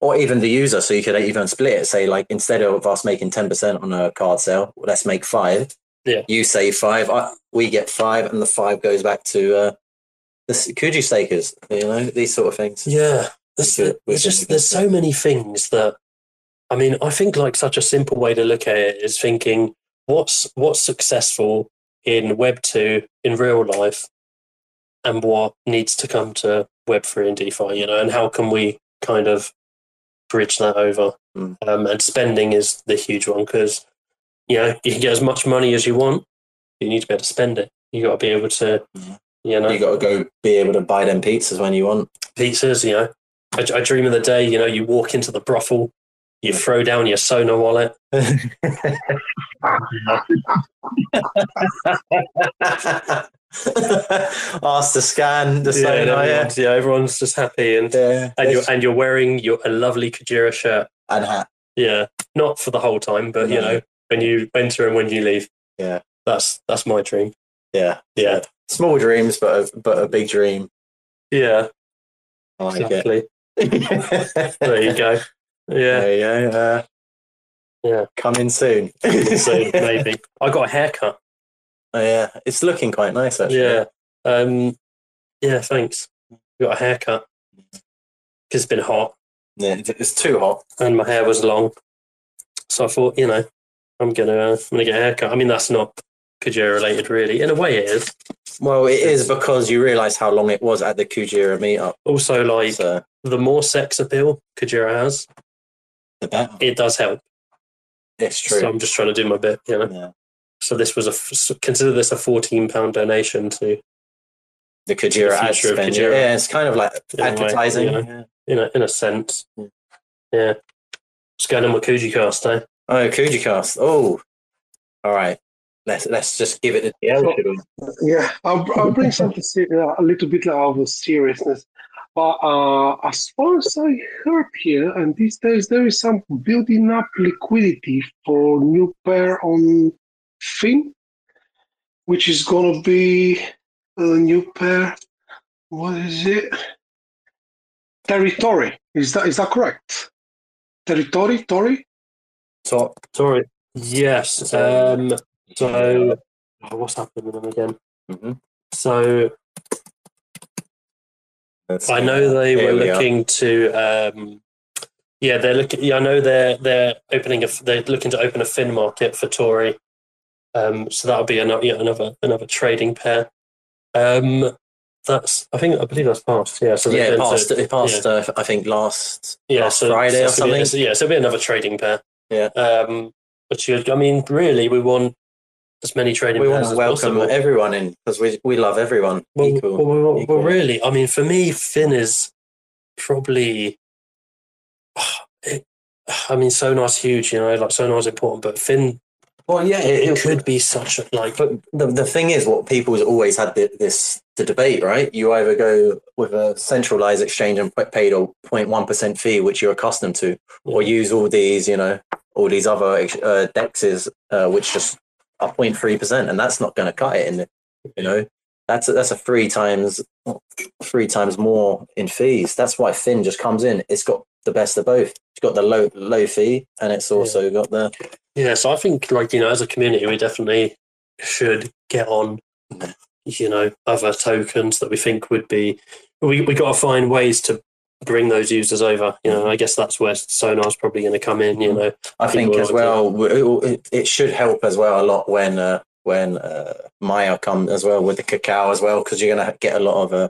or even the user. So you could even split it. Say like instead of us making ten percent on a card sale, let's make five.
Yeah.
You save five, I, we get five, and the five goes back to uh, the s- Kuji stakers. You know these sort of things.
Yeah, there's,
We could- we
there's
could
just
do
there's
that.
so many things that. I mean, I think like such a simple way to look at it is thinking what's what's successful in Web two in real life, and what needs to come to Web three and DeFi. You know, and how can we kind of bridge that over?
Mm.
Um, and spending is the huge one because you know you can get as much money as you want, but you need to be able to spend it. You got to be able to,
Mhm.
you know,
You got to go be able to buy them pizzas when you want.
pizzas. You know, I, I dream of the day. You know, you walk into the brothel, you throw down your Sona wallet.
Ask to scan the
yeah,
sign.
and
oh, yeah.
everyone's, yeah, everyone's just happy, and
Yeah.
and you're and you're wearing your a lovely Kajira shirt.
and hat.
Yeah, not for the whole time, but you
No.
know, when you enter and when you leave.
Yeah.
that's that's my dream.
Yeah,
Yeah,
small dreams, but a, but a big dream.
yeah,
I like it.
exactly. There you go. Yeah,
There you go. Uh,
Yeah.
coming soon.
so maybe I got a haircut.
Oh, yeah, it's looking quite nice actually.
Yeah, um, yeah. Thanks. Got a haircut.
Mm.
Cause it's been hot.
Yeah, it- it's too hot.
and my hair was long. So I thought, you know, I'm gonna I'm gonna get a haircut. I mean, that's not Kajira related, really. In a way, it is.
Well, it is because you realise how long it was at the Kujira meetup.
Also, like
So
the more sex appeal Kajira has,
the better.
it does help.
It's true.
So I'm just trying to do my bit, you know.
yeah.
So this was a f- s- consider this a 14 pound donation to
The Kujira
The
ad
future of
spend.
Kujira.
Yeah, it's kind of like
In a way,
advertising.
yeah.
Yeah.
you know in a sense.
Yeah.
Yeah, what's going on with Kujicast, eh?
Oh, Kujicast. Oh, all right. Let's let's just give it a
Yeah, we should
Yeah, I'll, I'll bring something se- uh, a little bit out of seriousness. But uh, as far as I heard here, and these days there is some building up liquidity for new pair on Fin, which is gonna be a new pair. What is it? Territory. Is that is that correct? Territory, Tory.
top. Uh,
Sorry. Yes. Um. So oh, what's happening with them again?
Mhm.
So
Let's-
I know they
Here
were
we are.
looking to, um, Yeah, they're looking. Yeah, I know they're they're opening a. f- They're looking to open a fin market for Tory, um, so that'll be another yeah, another another trading pair. Um, that's I think I believe that's passed. Yeah, so they-
yeah,
then-
it
so-
passed. It passed.
yeah.
Uh, I think last
yeah,
last
so
Friday
so
or
it's gonna be-
something.
so yeah, so it'll be another trading pair.
Yeah.
Um, but you, I mean, really, we want as many trading
we
pairs
want to
as
welcome
possible.
everyone in because we we love everyone
Well,
equal.
well, well, well,
equal.
really, I mean, for me, Finn is probably. It, I mean, Sonar's huge, you know, like Sonar's important, but Finn
well, yeah,
it,
it, it
could be such a like.
But the, the thing is, what people's always had the, this the debate, right? You either go with a centralized exchange and p- pay the 0.1% fee, which you're accustomed to, or use all these, you know, all these other ex- uh, dexes, uh, which just are 0.3%, and that's not going to cut it. And you know, that's a, that's a three times three times more in fees. That's why Finn just comes in. It's got the best of both. It's got the low low fee, and it's also got the
Yeah, so I think like you know, as a community, we definitely should get on. You know, other tokens that we think would be. We we got to find ways to bring those users over. You know, I guess that's where Sonar's probably going to come in.
Mm.
You know,
I think
people
as
like
well, w- it, it should help as well a lot when uh, when uh, Maya comes as well with the cacao as well, because you're going to get a lot of uh,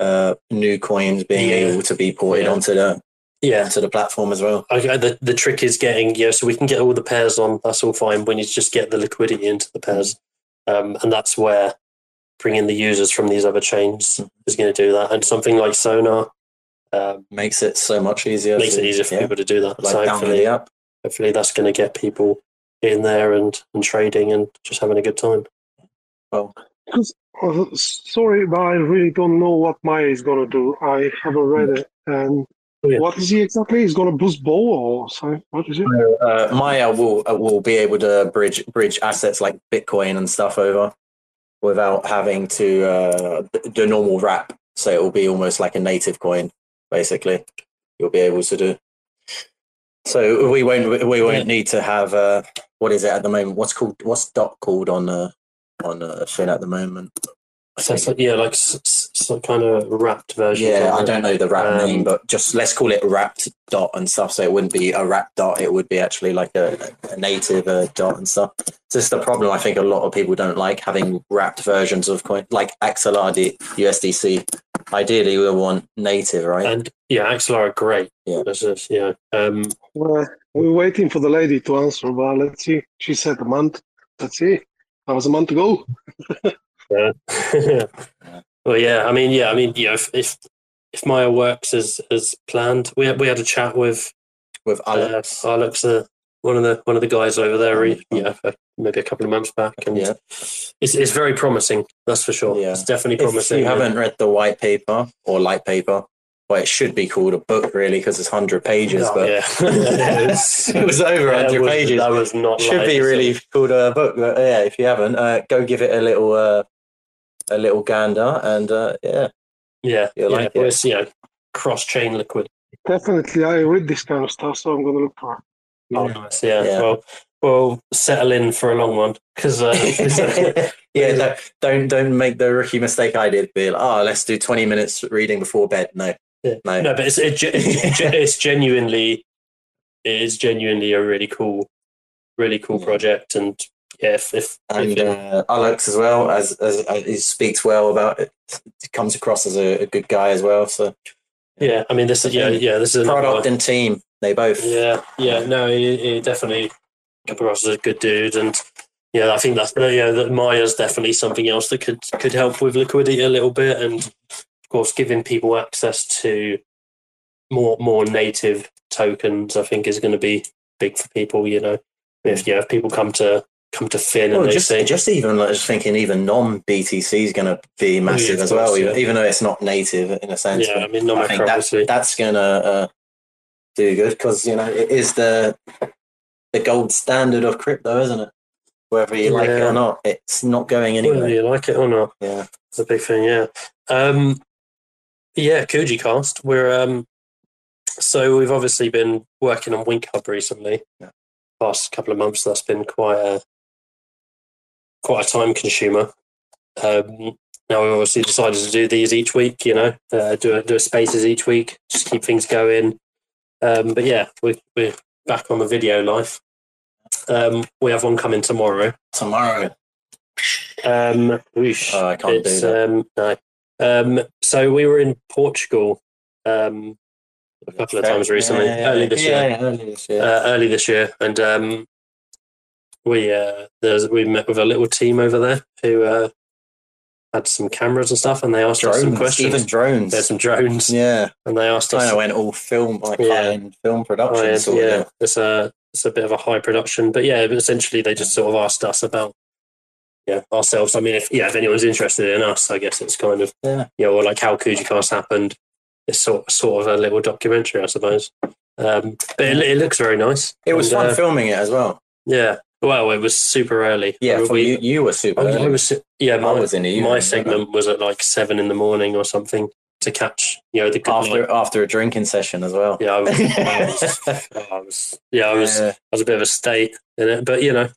uh, new coins being
Yeah.
able to be ported
Yeah.
onto the
yeah.
onto the platform as well.
Okay, the, the trick is getting, yeah, so we can get all the pairs on. That's all fine. We need to just get the liquidity into the pairs. Um, and that's where bringing the users from these other chains is going to do that. And something like Sonar um,
Makes it so much easier.
makes it
to-
easier for
yeah,
people to do that.
Like
so
download
hopefully,
the app.
hopefully that's going to get people in there and, and trading and just having a good time.
Because, uh, sorry, but I really don't know what Maya is gonna do. I haven't read it. And
Oh, yeah.
what is he exactly? He's gonna boost Boa or something? What is it?
Uh, Maya will uh, will be able to bridge bridge assets like Bitcoin and stuff over without having to uh, th- the normal wrap. So it will be almost like a native coin, basically. You'll be able to do. So we won't we won't need to have uh, what is it at the moment? What's called what's dot called on uh, on uh, Finn at the moment?
So, it's like- yeah, like s- s- some kind of wrapped version.
Yeah,
of
I
it.
don't know the wrap
Um,
name, but just let's call it wrapped dot and stuff. So it wouldn't be a wrapped dot; it would be actually like a, a native uh, dot and stuff. So this is the problem. I think a lot of people don't like having wrapped versions of coin, like XLRD, USDC. Ideally, we want native, right?
And yeah, Axel are great.
Yeah.
That's just, yeah. Um,
Well, we're waiting for the lady to answer, but let's see. She said a month. Let's see. That was a month ago.
well, yeah. I mean, yeah. I mean, you know, if if, if Maya works as as planned, we had, we had a chat with
With other,
uh, Alex, uh, one of the one of the guys over there. re- yeah, uh, maybe a couple of months back, and
Yeah.
it's it's very promising. That's for sure.
Yeah.
It's definitely
if
promising.
you haven't read the white paper or light paper, well, it should be called a book, really, because it's hundred pages.
Oh,
but
yeah.
it was- it was over
That
hundred
was-
pages.
That was not
should
light,
be
so-
really called a book. But yeah, if you haven't, uh, go give it a little uh, a little gander, and uh, yeah,
yeah.
You'll
yeah,
like it.
well, it's, you know, cross chain liquid.
Definitely, I read this kind of stuff, so I'm gonna look for her.
Oh, nice. Yeah.
Yeah.
Well, we'll settle in for a long one because uh,
yeah. No, don't don't make the rookie mistake I did. Be like, oh, let's do twenty minutes reading before bed. No,
Yeah.
no,
No, but it's it, ge- it's ge- it's genuinely it is genuinely a really cool, really cool
Yeah.
project. And yeah, if, if,
and
if it-
uh, Alex as well as as uh, he speaks well about it. He comes across as a, a good guy as well. So
yeah, I mean this is yeah yeah this is another
product
one.
and team, they both.
yeah yeah no he, he definitely comes across as a good dude and. Yeah, I think that's uh, yeah. That Maya's definitely something else that could could help with liquidity a little bit, and of course, giving people access to more more native tokens, I think, is going to be big for people. You know, if yeah, if people come to come to Finn
Well,
and they
just,
see,
just even like just thinking, even non BTC is going to be massive
Oh, of
as well,
course,
even,
yeah.
even though it's not native in a sense.
yeah,
but
I mean,
I
non
think that,
obviously,
that's going to uh, do good because you know it is the the gold standard of crypto, isn't it? Whether you like it
Yeah.
or not, it's not going
whether
anywhere.
you like it or not,
Yeah,
it's a big thing. Yeah, um, yeah, Kuji Cast. We're um, so we've obviously been working on Wink Hub recently.
Yeah.
Past couple of months, that's been quite a quite a time consumer. Um, now we obviously decided to do these each week. You know, uh, do a, do a spaces each week, just keep things going. Um, but yeah, we, we're back on the video life. Um, we have one coming tomorrow.
Tomorrow.
Um, whoosh.
Oh, I can't
It's,
do that.
um, no. Um, so we were in Portugal um, a couple of times recently,
Yeah, yeah,
early this
yeah,
year.
yeah, early this year.
uh, early this year, and um, we uh, there's, we met with a little team over there who uh, had some cameras and stuff, and they asked us some
drones,
questions.
even drones.
There's some drones,
yeah,
and they asked us.
kind of went all film, like
Yeah.
high-end film production.
Oh, yeah,
sort
yeah,
Of.
it's a it's a bit of a high production, but yeah, but essentially they just sort of asked us about yeah ourselves. I mean, if yeah, if anyone's interested in us, I guess it's kind of
Yeah.
yeah, or like how Cast happened. It's sort sort of a little documentary, I suppose. Um, but it, it looks very nice.
It was
And,
fun
uh,
filming it as well.
Yeah. Well, it was super early. I
Yeah,
mean,
for
we-
you, you were super.
I was-
early.
I was, yeah, my,
I was in the evening,
my
wasn't
segment was at like seven in the morning or something to catch, you know, the good
after
night.
after a drinking session as well.
Yeah, I was, I was, I was- yeah, I was, I
Yeah.
was a bit of a state in it, but you know,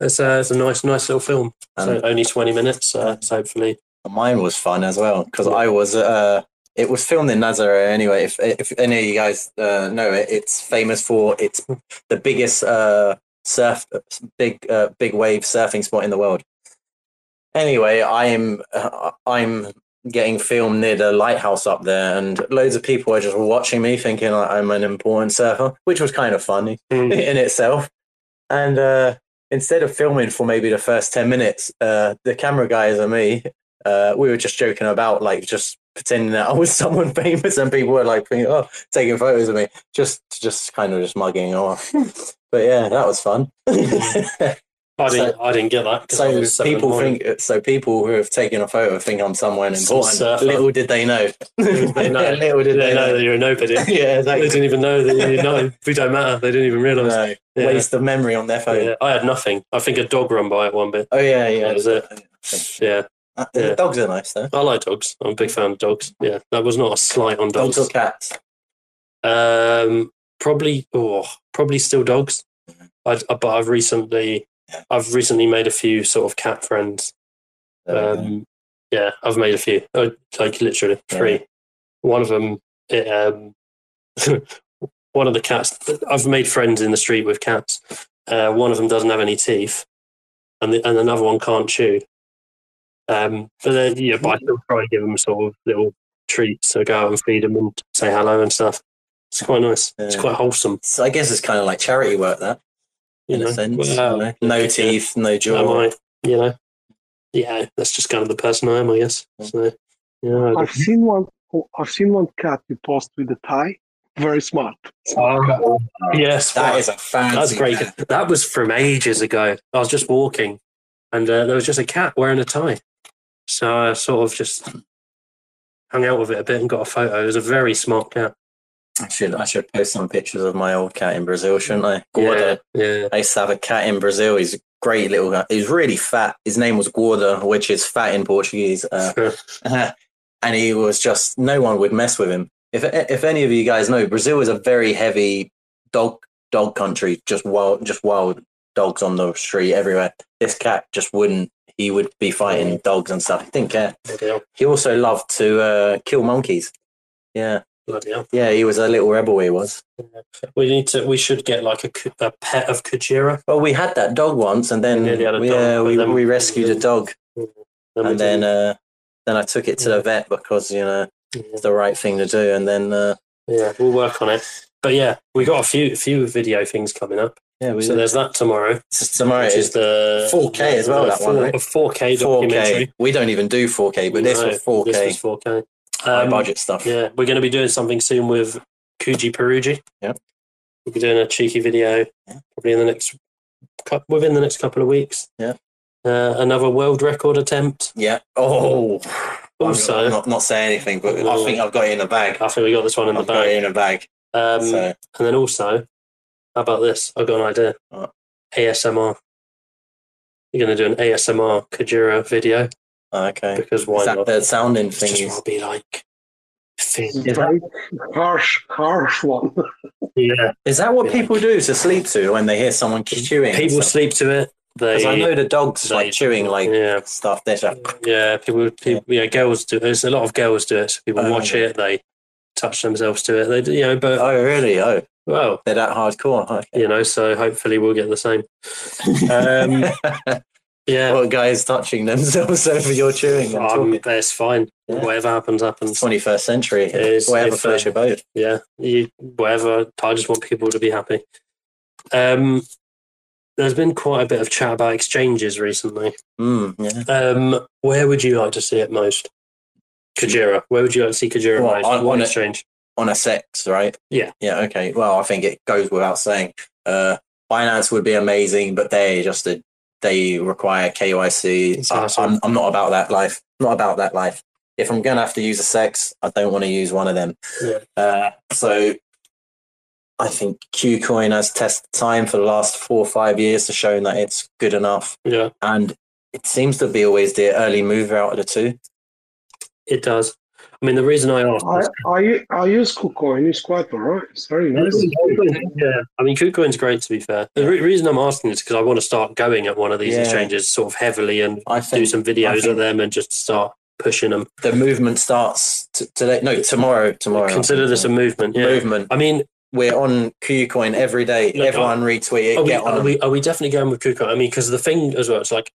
it's a, it's a nice, nice little film. So
And-
only 20 minutes. Uh, so hopefully,
Mine was fun as well because I was. Uh, it was filmed in Nazaré anyway. If if any of you guys uh, know it, it's famous for it's the biggest uh, surf, big uh, big wave surfing spot in the world. Anyway, I am uh, I'm getting filmed near the lighthouse up there, and loads of people are just watching me, thinking like, I'm an important surfer, which was kind of funny
Mm.
in itself. And uh, instead of filming for maybe the first ten minutes, uh, the camera guys and me uh, we were just joking about like just pretending that I was someone famous, and people were like, thinking, "Oh, taking photos of me," just just kind of just mugging off. but yeah, that was fun.
I didn't, I didn't get that. 'cause I
so
was seven in the
people
morning.
think so people who have taken a photo think I'm someone
Some
important.
surfer.
Little did they know.
Little did they know.
Little did
they
they
know
know.
that you're a nobody.
Yeah,
they
exactly.
didn't even know that you know. We don't matter. They didn't even realize.
No,
Yeah.
Waste of memory on their phone.
Yeah, I had nothing. I think a dog run by at one bit.
Oh yeah, yeah.
That was it. Yeah.
Uh,
Yeah.
Dogs are nice though.
I like dogs. I'm a big fan of dogs. Yeah, that was not a slight on
Dogs
dogs.
or cats?
Um, probably, oh, probably still dogs.
Mm-hmm.
I'd, uh, but I've recently, I've recently made a few sort of cat friends. Um, yeah, I've made a few, uh, like literally
Yeah.
three. One of them, it, um, one of the cats. I've made friends in the street with cats. Uh, one of them doesn't have any teeth, and the, and another one can't chew. Um, but then, yeah, but I still try to give them sort of little treats. So go out and feed them and say hello and stuff. It's quite nice. It's
Yeah.
quite wholesome.
so I guess it's kind of like charity work that.
You
in
know,
a sense. you
Mm-hmm. Well,
know? No teeth, no
Am
jaw.
I? You know, yeah. That's just kind of the person I am, I guess. So, yeah. I-
I've seen one. I've seen one cat you post with a tie. Very smart.
Yes,
That
wow.
is a fancy.
That's great.
cat.
That was from ages ago. I was just walking, and uh, there was just a cat wearing a tie. So I sort of just hung out with it a bit and got a photo. It was a very smart cat.
I should I should post some pictures of my old cat in Brazil, shouldn't I? Gorda.
Yeah,
I used to have a cat in Brazil. He's a great little guy. He was really fat. His name was Gorda, which is fat in Portuguese. Uh,
yeah.
and he was just no one would mess with him. If if any of you guys know, Brazil is a very heavy dog dog country. Just wild, just wild dogs on the street everywhere. This cat just wouldn't. He would be fighting dogs and stuff. He didn't care.
bloody hell,
He also loved to uh, kill monkeys. Yeah,
bloody hell.
yeah. He was a little rebel. He was.
We need to. We should get like a, cu- a pet of Kujira.
Well, we had that dog once, and then
We nearly had a dog,
yeah,
but
we,
then-
we rescued a dog, and then uh, then I took it to the vet because you know
yeah.
it's the right thing to do, and then uh,
yeah, we'll work on it. But yeah, we got a few few video things coming up.
yeah, we
So there's that tomorrow,
tomorrow
which
is
is the
4K as well,
the
that one, right?
A 4K
4K.
documentary.
We don't even do 4K, but this
No,
was 4K,
This was 4K.
high
Um,
budget stuff.
Yeah, we're going to be doing something soon with Kuji Peruji.
Yep.
We'll be doing a cheeky video
Yeah.
probably in the next cou- within the next couple of weeks.
Yeah.
Uh, another world record attempt.
Yeah. Oh.
Also-
I'm not, not saying anything, but I think I've got it in the bag.
I think we got this one in
I've
the
got it
bag.
in a bag.
Um,
so
And then also, how about this? I've got an idea.
What?
ASMR. You're going to do an ASMR Kajira video
oh, okay.
because why
Is that
not?
the sounding
It's just
thing?
want to be like thin.
Is that,
Very harsh, harsh one.
Yeah.
is that what people do to sleep to when they hear someone chewing?
People sleep to it.
Because
They,
I know the dogs
they-
like chewing like
yeah.
stuff. They're just,
Yeah, people, people yeah. girls do. There's a lot of girls do it. So people
Oh,
watch
yeah.
it, they touch themselves to it. They, do- you know, but
oh really? Oh
Well,
They're that hardcore. huh?
you know, so hopefully we'll get the same. Um, yeah,
what guys touching themselves over your chewing? and
um,
talking?
that's fine.
Yeah.
Whatever happens, happens.
21st century.
It is,
we have a
it's, uh,
flesh abode.
yeah, you, whatever. I just want people to be happy. Um, there's been quite a bit of chat about exchanges recently.
Mm, yeah.
Um, where would you like to see it most? Kajira. Where would you like to see Kajira
Well,
most?
I-
what
on it-
exchange?
on a sex, right?
Yeah.
Yeah. Okay. Well, I think it goes without saying. Uh, finance would be amazing, but they just a, they require KYC.
It's
I-
awesome.
Uh, I'm, I'm not about that life. Not about that life. If I'm gonna have to use a sex, I don't want to use one of them.
Yeah.
Uh, so I think Qcoin has tested time for the last four or five years to show that it's good enough,
Yeah,
and it seems to be always the early mover out of the two.
it does. I mean, the reason I asked.
I,
is-
I, I use KuCoin. It's quite alright. It's very nice.
yeah, I mean, KuCoin's great to be fair. The re- reason I'm asking is because I want to start going at one of these
Yeah.
exchanges sort of heavily and
I
do
think
some videos
think-
of them and just start pushing them.
the movement starts t- today. No, tomorrow. Tomorrow.
Consider this a movement. Yeah.
movement.
I mean,
We're on KuCoin every day.
Look,
Everyone retweet
are
it.
we,
Get on
are,
them.
we, are we definitely going with KuCoin? I mean, because the thing as well, it's like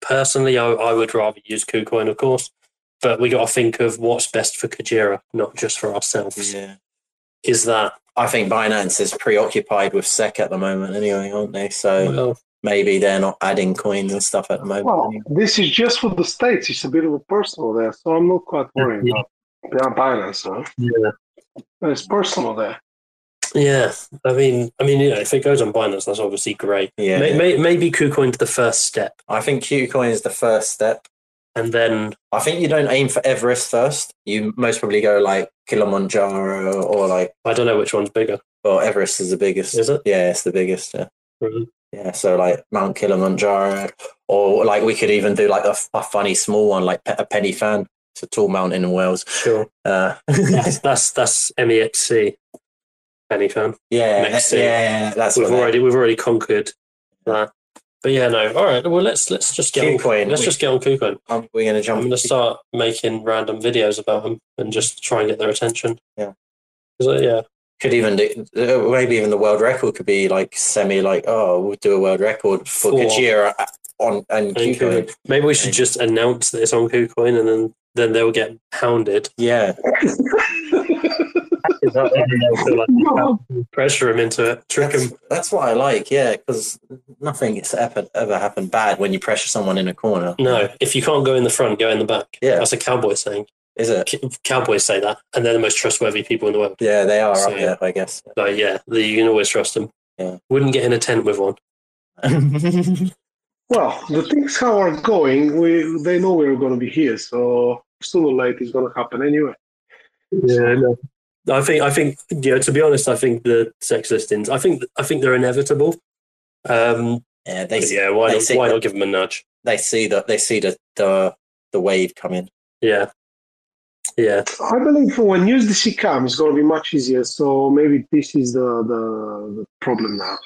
personally, I, I would rather use KuCoin, of course, but we got to think of what's best for Kajira, not just for ourselves.
Yeah.
Is that
I think Binance is preoccupied with SEC at the moment, anyway, aren't they? So
well,
maybe they're not adding coins and stuff at the moment.
Well, this is just for the States. It's a bit of a personal there, so I'm not quite worried
Yeah.
about about Binance. No?
yeah.
It's personal there.
Yeah, I mean, I mean, yeah. If it goes on Binance, that's obviously great.
yeah.
May, may, maybe KuCoin's the first step,
I think KuCoin is the first step.
and then
I think you don't aim for Everest first. You most probably go like Kilimanjaro or like,
I don't know which one's bigger.
well, Everest is the biggest.
Is it?
Yeah, it's the biggest. Yeah.
Mhm.
Yeah, so like Mount Kilimanjaro, or like we could even do like a, f- a funny small one, like Pe- a penny fan. It's a tall mountain in Wales.
Sure,
Uh,
that's that's that's MEXC. Penny fan.
yeah,
Next
that- yeah, that's
We've
what
already we've already conquered that. But yeah, no. All right. Well, let's let's just get
KuCoin.
on. Let's just get on KuCoin.
um, we're gonna
I'm
jump.
going to start making random videos about them and just try and get their attention.
Yeah.
So, yeah.
Could even do, uh, maybe even the world record could be like semi like oh we'll do a world record for
Four.
Kajira on and
And
Kucoin.
KuCoin. Maybe we should just announce that it's on KuCoin, and then then they'll get pounded.
Yeah,
pressure him into it, trick
that's,
him.
that's what I like. Yeah, because nothing has ever ever happened bad when you pressure someone in a corner.
No, if you can't go in the front, go in the back.
Yeah.
that's a cowboy saying.
is it?
C- Cowboys say that, and they're the most trustworthy people in the world.
Yeah, they are.
So-
up there, I guess.
So yeah, the, you can always trust them.
Yeah.
Wouldn't get in a tent with one.
Well, the things how are going, we they know we're going to be here, so sooner or later it's going to happen anyway.
Yeah, no. I think I think you know, to be honest, I think the sex listings. I think I think they're inevitable. Um,
yeah,
but
they
yeah, why
they
not,
see-
why not give them a nudge?
they see that they see the the the wave coming.
Yeah, yeah,
I believe when USDC comes, it's going to be much easier. So maybe this is the, the, the problem now.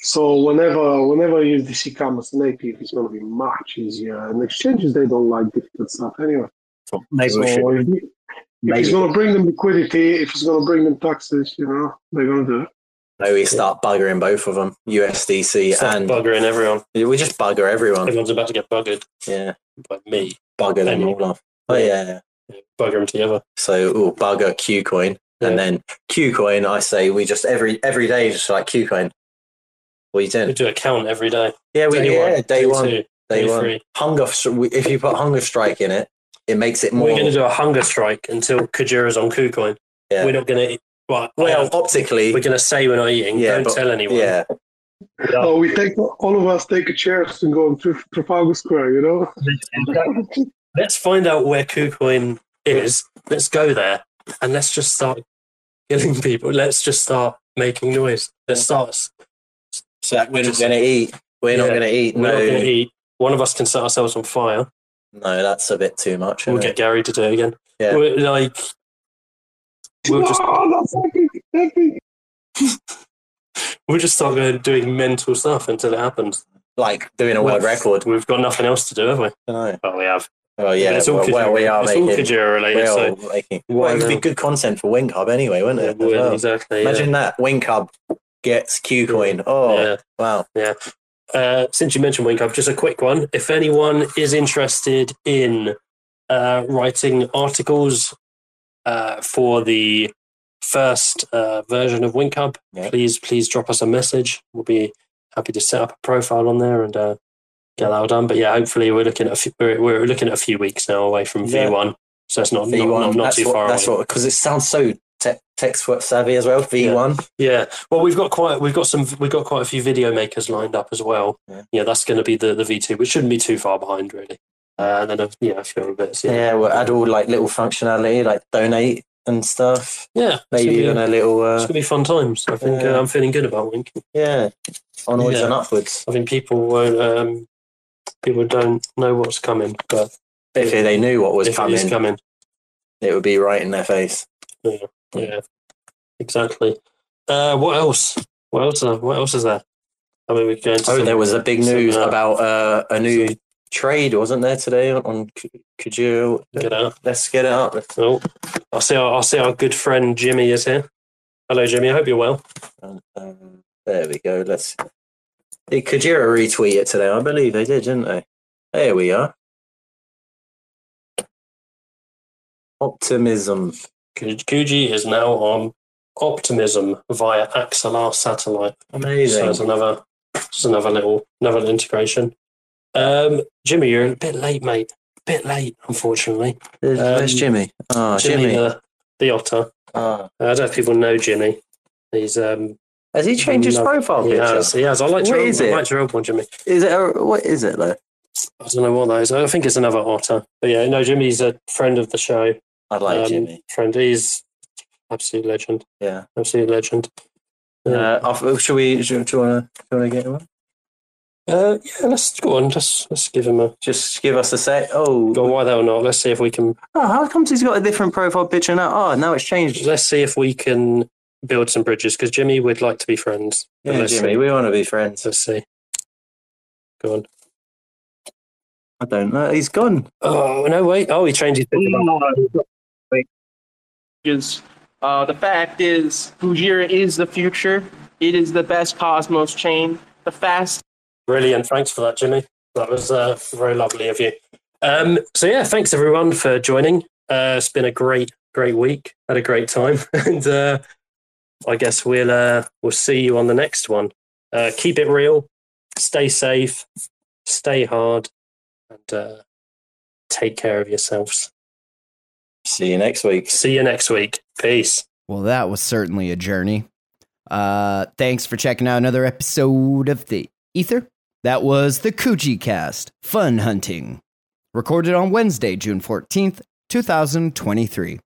So whenever whenever USDC comes native, it's going to be much easier. And exchanges they don't like difficult stuff anyway.
Maybe
So
we should.
if, if it's
Maybe.
going to bring them liquidity, if it's going to bring them taxes, you know, they're going to do it.
No, we start buggering both of them, USDC
Stop
and Oh.
buggering everyone.
we just bugger everyone.
Everyone's about to get buggered
Yeah,
by me.
bugger them
Anyway.
all off. Oh yeah.
Bugger them together.
So ooh, bugger Qcoin
Yeah.
and then Qcoin. I say we just every every day just like Qcoin. What are
We
you doing?
do a count every day.
Oh, Yeah, we
Day one,
yeah day
day
one
two,
day
day
one
three.
hunger. str- we- If you put hunger strike in it, it makes it more.
We're going to do a hunger strike until Kajira's on KuCoin.
Yeah.
We're not going to. Well,
well,
well
uh, optically,
we're going to say we're not eating.
Yeah,
Don't
but-
tell anyone.
yeah,
Oh, we take all of us take a chair and go on to Trafalgar Square, you know.
Let's find out where KuCoin is. Let's go there and let's just start killing people. Let's just start making noise. Let's start. s-
so that we're not going to eat. We're not
Yeah.
going to eat.
We're not going to
No,
eat. One of us can set ourselves on fire.
no, that's a bit too much.
We'll
isn't
get
it?
Gary to do it again.
Yeah.
We're like, we'll just
No, Oh, that's fucking- fucking-
we'll just start going doing mental stuff until it happens.
like doing a world
We've-
record.
We've got nothing else to do, have we?
No.
Well, we have.
Oh yeah,
it's all
well,
Kajira,
well, we are
it's all
making.
Kajira
We
related.
are
so
making.
why
Well, it would be
not?
good content for Wink Hub anyway, wouldn't
Yeah,
it? as well?
exactly. yeah.
Imagine that. Wink Hub gets Q coin. Oh
Yeah.
wow.
Uh, since you mentioned Wink Hub, just a quick one. If anyone is interested in uh, writing articles uh, for the first uh, version of Wink Hub,
Yeah.
please, please drop us a message. We'll be happy to set up a profile on there and uh, get that all done. But yeah, hopefully we're looking at a few, we're, we're looking at a few weeks now away from
Yeah.
V1, so it's not not,
V1.
not, not
that's
too
what,
far away.
That's what because it sounds so te- tech savvy as well. V1.
Yeah. Well, we've got quite we've got some we've got quite a few video makers lined up as well.
Yeah.
Yeah, that's going to be the the V two, which shouldn't be too far behind really. Uh, and then a, yeah, a few other bits.
Yeah.
Yeah.
we'll add all like little functionality, like donate and stuff.
Yeah.
Maybe
it's gonna,
even
be,
a little.
it's
Uh,
gonna be fun times. I think
Yeah.
uh, I'm feeling good about Wink.
yeah, onwards
Yeah.
and upwards.
I think people won't um, people don't know what's coming, but
If
Yeah.
they knew what was
if it
coming,
is coming,
it would be right in their face.
yeah, exactly. Uh, what else? What else? Are, what else is there? I mean, we're going to.
Oh,
some-
there was a big
some,
news
uh,
about uh, a new trade, wasn't there today? On, on C- could you
Get out.
let's get it up?
Oh, I see. Our, I see our good friend Jimmy is here. Hello, Jimmy. I hope you're well.
Um, there we go. Let's. Did Kajira retweet it today? I believe they did, didn't they? There we are. Optimism.
Guji is now on Optimism via XLR satellite. So
Amazing.
that's another, it's another little, another little integration. Um, Jimmy, you're a bit late, mate. bit late, unfortunately.
There's, there's
um, uh,
Jimmy. Ah, Jimmy.
the, the otter.
Ah.
I don't know if people know Jimmy. He's um,
Has he changed his
No.
profile
he
picture?
has, he has. I like
Oh, What
your,
is
I
it?
like your old one, Jimmy.
Is it? A, what is it though?
I don't know what that is. I think it's another otter. But yeah, no, Jimmy's a friend of the show.
I like
um,
Jimmy.
Friend, he's absolute legend.
Yeah.
Absolute legend. Uh,
Uh, off- should we? Should, do you want to get him? on?
uh, yeah, let's go on. Let's let's give him a
Just give us a sec. Oh,
go. Why though not? Let's see if we can.
oh, how comes he's got a different profile picture now? Oh, now it's changed.
Let's see if we can build some bridges because Jimmy would like to be friends. But
Yeah,
let's
Jimmy,
See.
we want to be friends.
Let's see. Go on.
I don't know. He's gone.
Oh no! Wait. Oh, he changed his picture.
is uh, the fact is Gujira is the future. It is the best Cosmos chain, the fastest
Brilliant. Thanks for that, Jimmy. That was uh, very lovely of you. Um, so yeah, thanks everyone for joining. Uh, it's been a great, great week. Had a great time, and uh, I guess we'll uh, we'll see you on the next one. Uh, keep it real. Stay safe. Stay hard, and uh, take care of yourselves.
See you next week.
See you next week. Peace.
Well, that was certainly a journey. Uh, thanks for checking out another episode of the Ether. That was the Coochie Cast Fun Hunting, recorded on Wednesday, June 14th, 2023.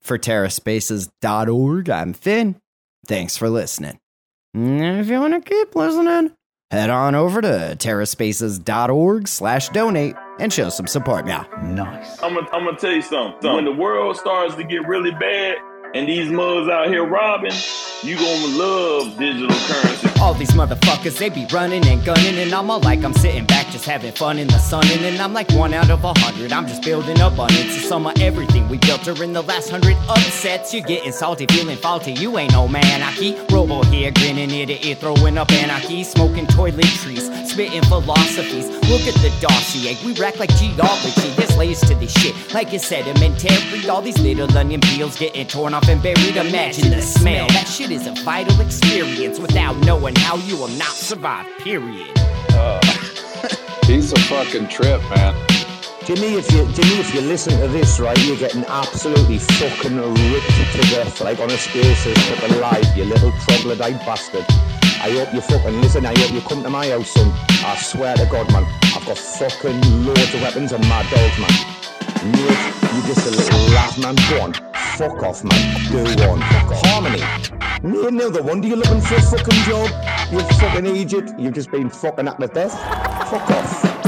For TerraSpaces.org, I'm Finn. Thanks for listening. And if you want to keep listening, head on over to TerraSpaces.org slash donate and show some support. Yeah.
I'm gonna I'm gonna tell you something. When the world starts to get really bad and these mugs out here robbing, you gonna love digital currency.
All these motherfuckers, they be running and gunning, and I'm all like, I'm sitting back, just having fun in the sun. And then I'm like one out of a hundred, I'm just building up on it. To sum of everything we built during the last hundred upsets, you're getting salty, feeling faulty. You ain't no man, I keep robo here, grinning ear to ear, throwing up anarchy, smoking toiletries, spitting philosophies. Look at the dossier, we rack like geology. There's layers to this shit, like it's sedimentary. All these little onion peels getting torn off and buried. Imagine the smell. That shit is a vital experience without knowing how you will not survive, period.
He's a fucking trip, man.
Jimmy, if you Jimmy, if you listen to this, right, you're getting absolutely fucking ripped to death, like on a scale system alive, you little troglodyte bastard. I hope you fucking listen. I hope you come to my house, son. I swear to God, man, I've got fucking loads of weapons and mad dogs, man. Mate, you just a little rat, man. Go on, fuck off, man. Do one. Fuck off. Harmony. No, another one. Do you looking for a fucking job? You fucking idiot. You've just been fucking at the death. Fuck off.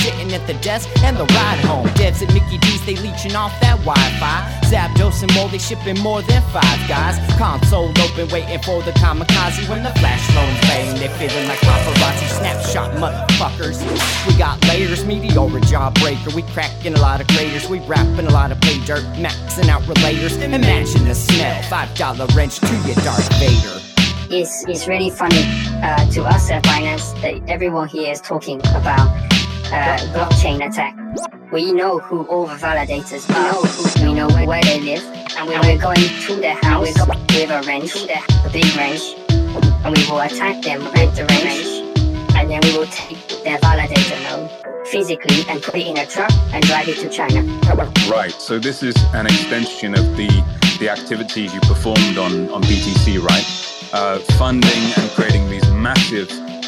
sitting at the desk and the ride home. Devs at Mickey D's, they leeching off that Wi-Fi. Zapdos and more, they shipping more than five guys. Console open, waiting for the kamikaze when the flash phones bang. They feeling like paparazzi snapshot motherfuckers. We got layers, meteor, jawbreaker. We cracking a lot of graders. We rapping a lot of pay dirt, maxing out relators. Imagine the smell, five dollar wrench to your Darth Vader.
It's, it's really funny uh, to us at Binance that everyone here is talking about uh, blockchain attack. We know who all the validators are. We know, who, we know where they live, and we, we're going to their house with a wrench, a big wrench, and we will attack them with the wrench, and then we will take their validator node physically and put it in a truck and drive it to China.
Right. So this is an extension of the the activities you performed on on BTC, right? Uh, funding and creating these massive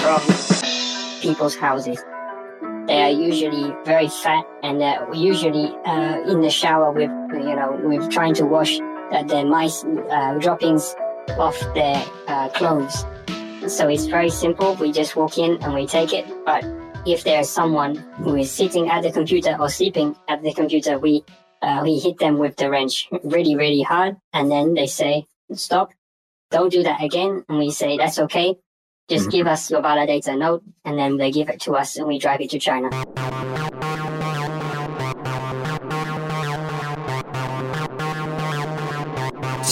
from people's houses. They are usually very fat, and they're usually uh, in the shower with you know with trying to wash uh, their mice uh, droppings off their uh, clothes. So it's very simple. We just walk in and we take it. But if there is someone who is sitting at the computer or sleeping at the computer, we uh, we hit them with the wrench really, really hard, and then they say, "Stop! Don't do that again." And we say, "That's okay. Just give us your validator note," and then they give it to us, and we drive it to China.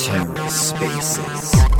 Terror Spaces.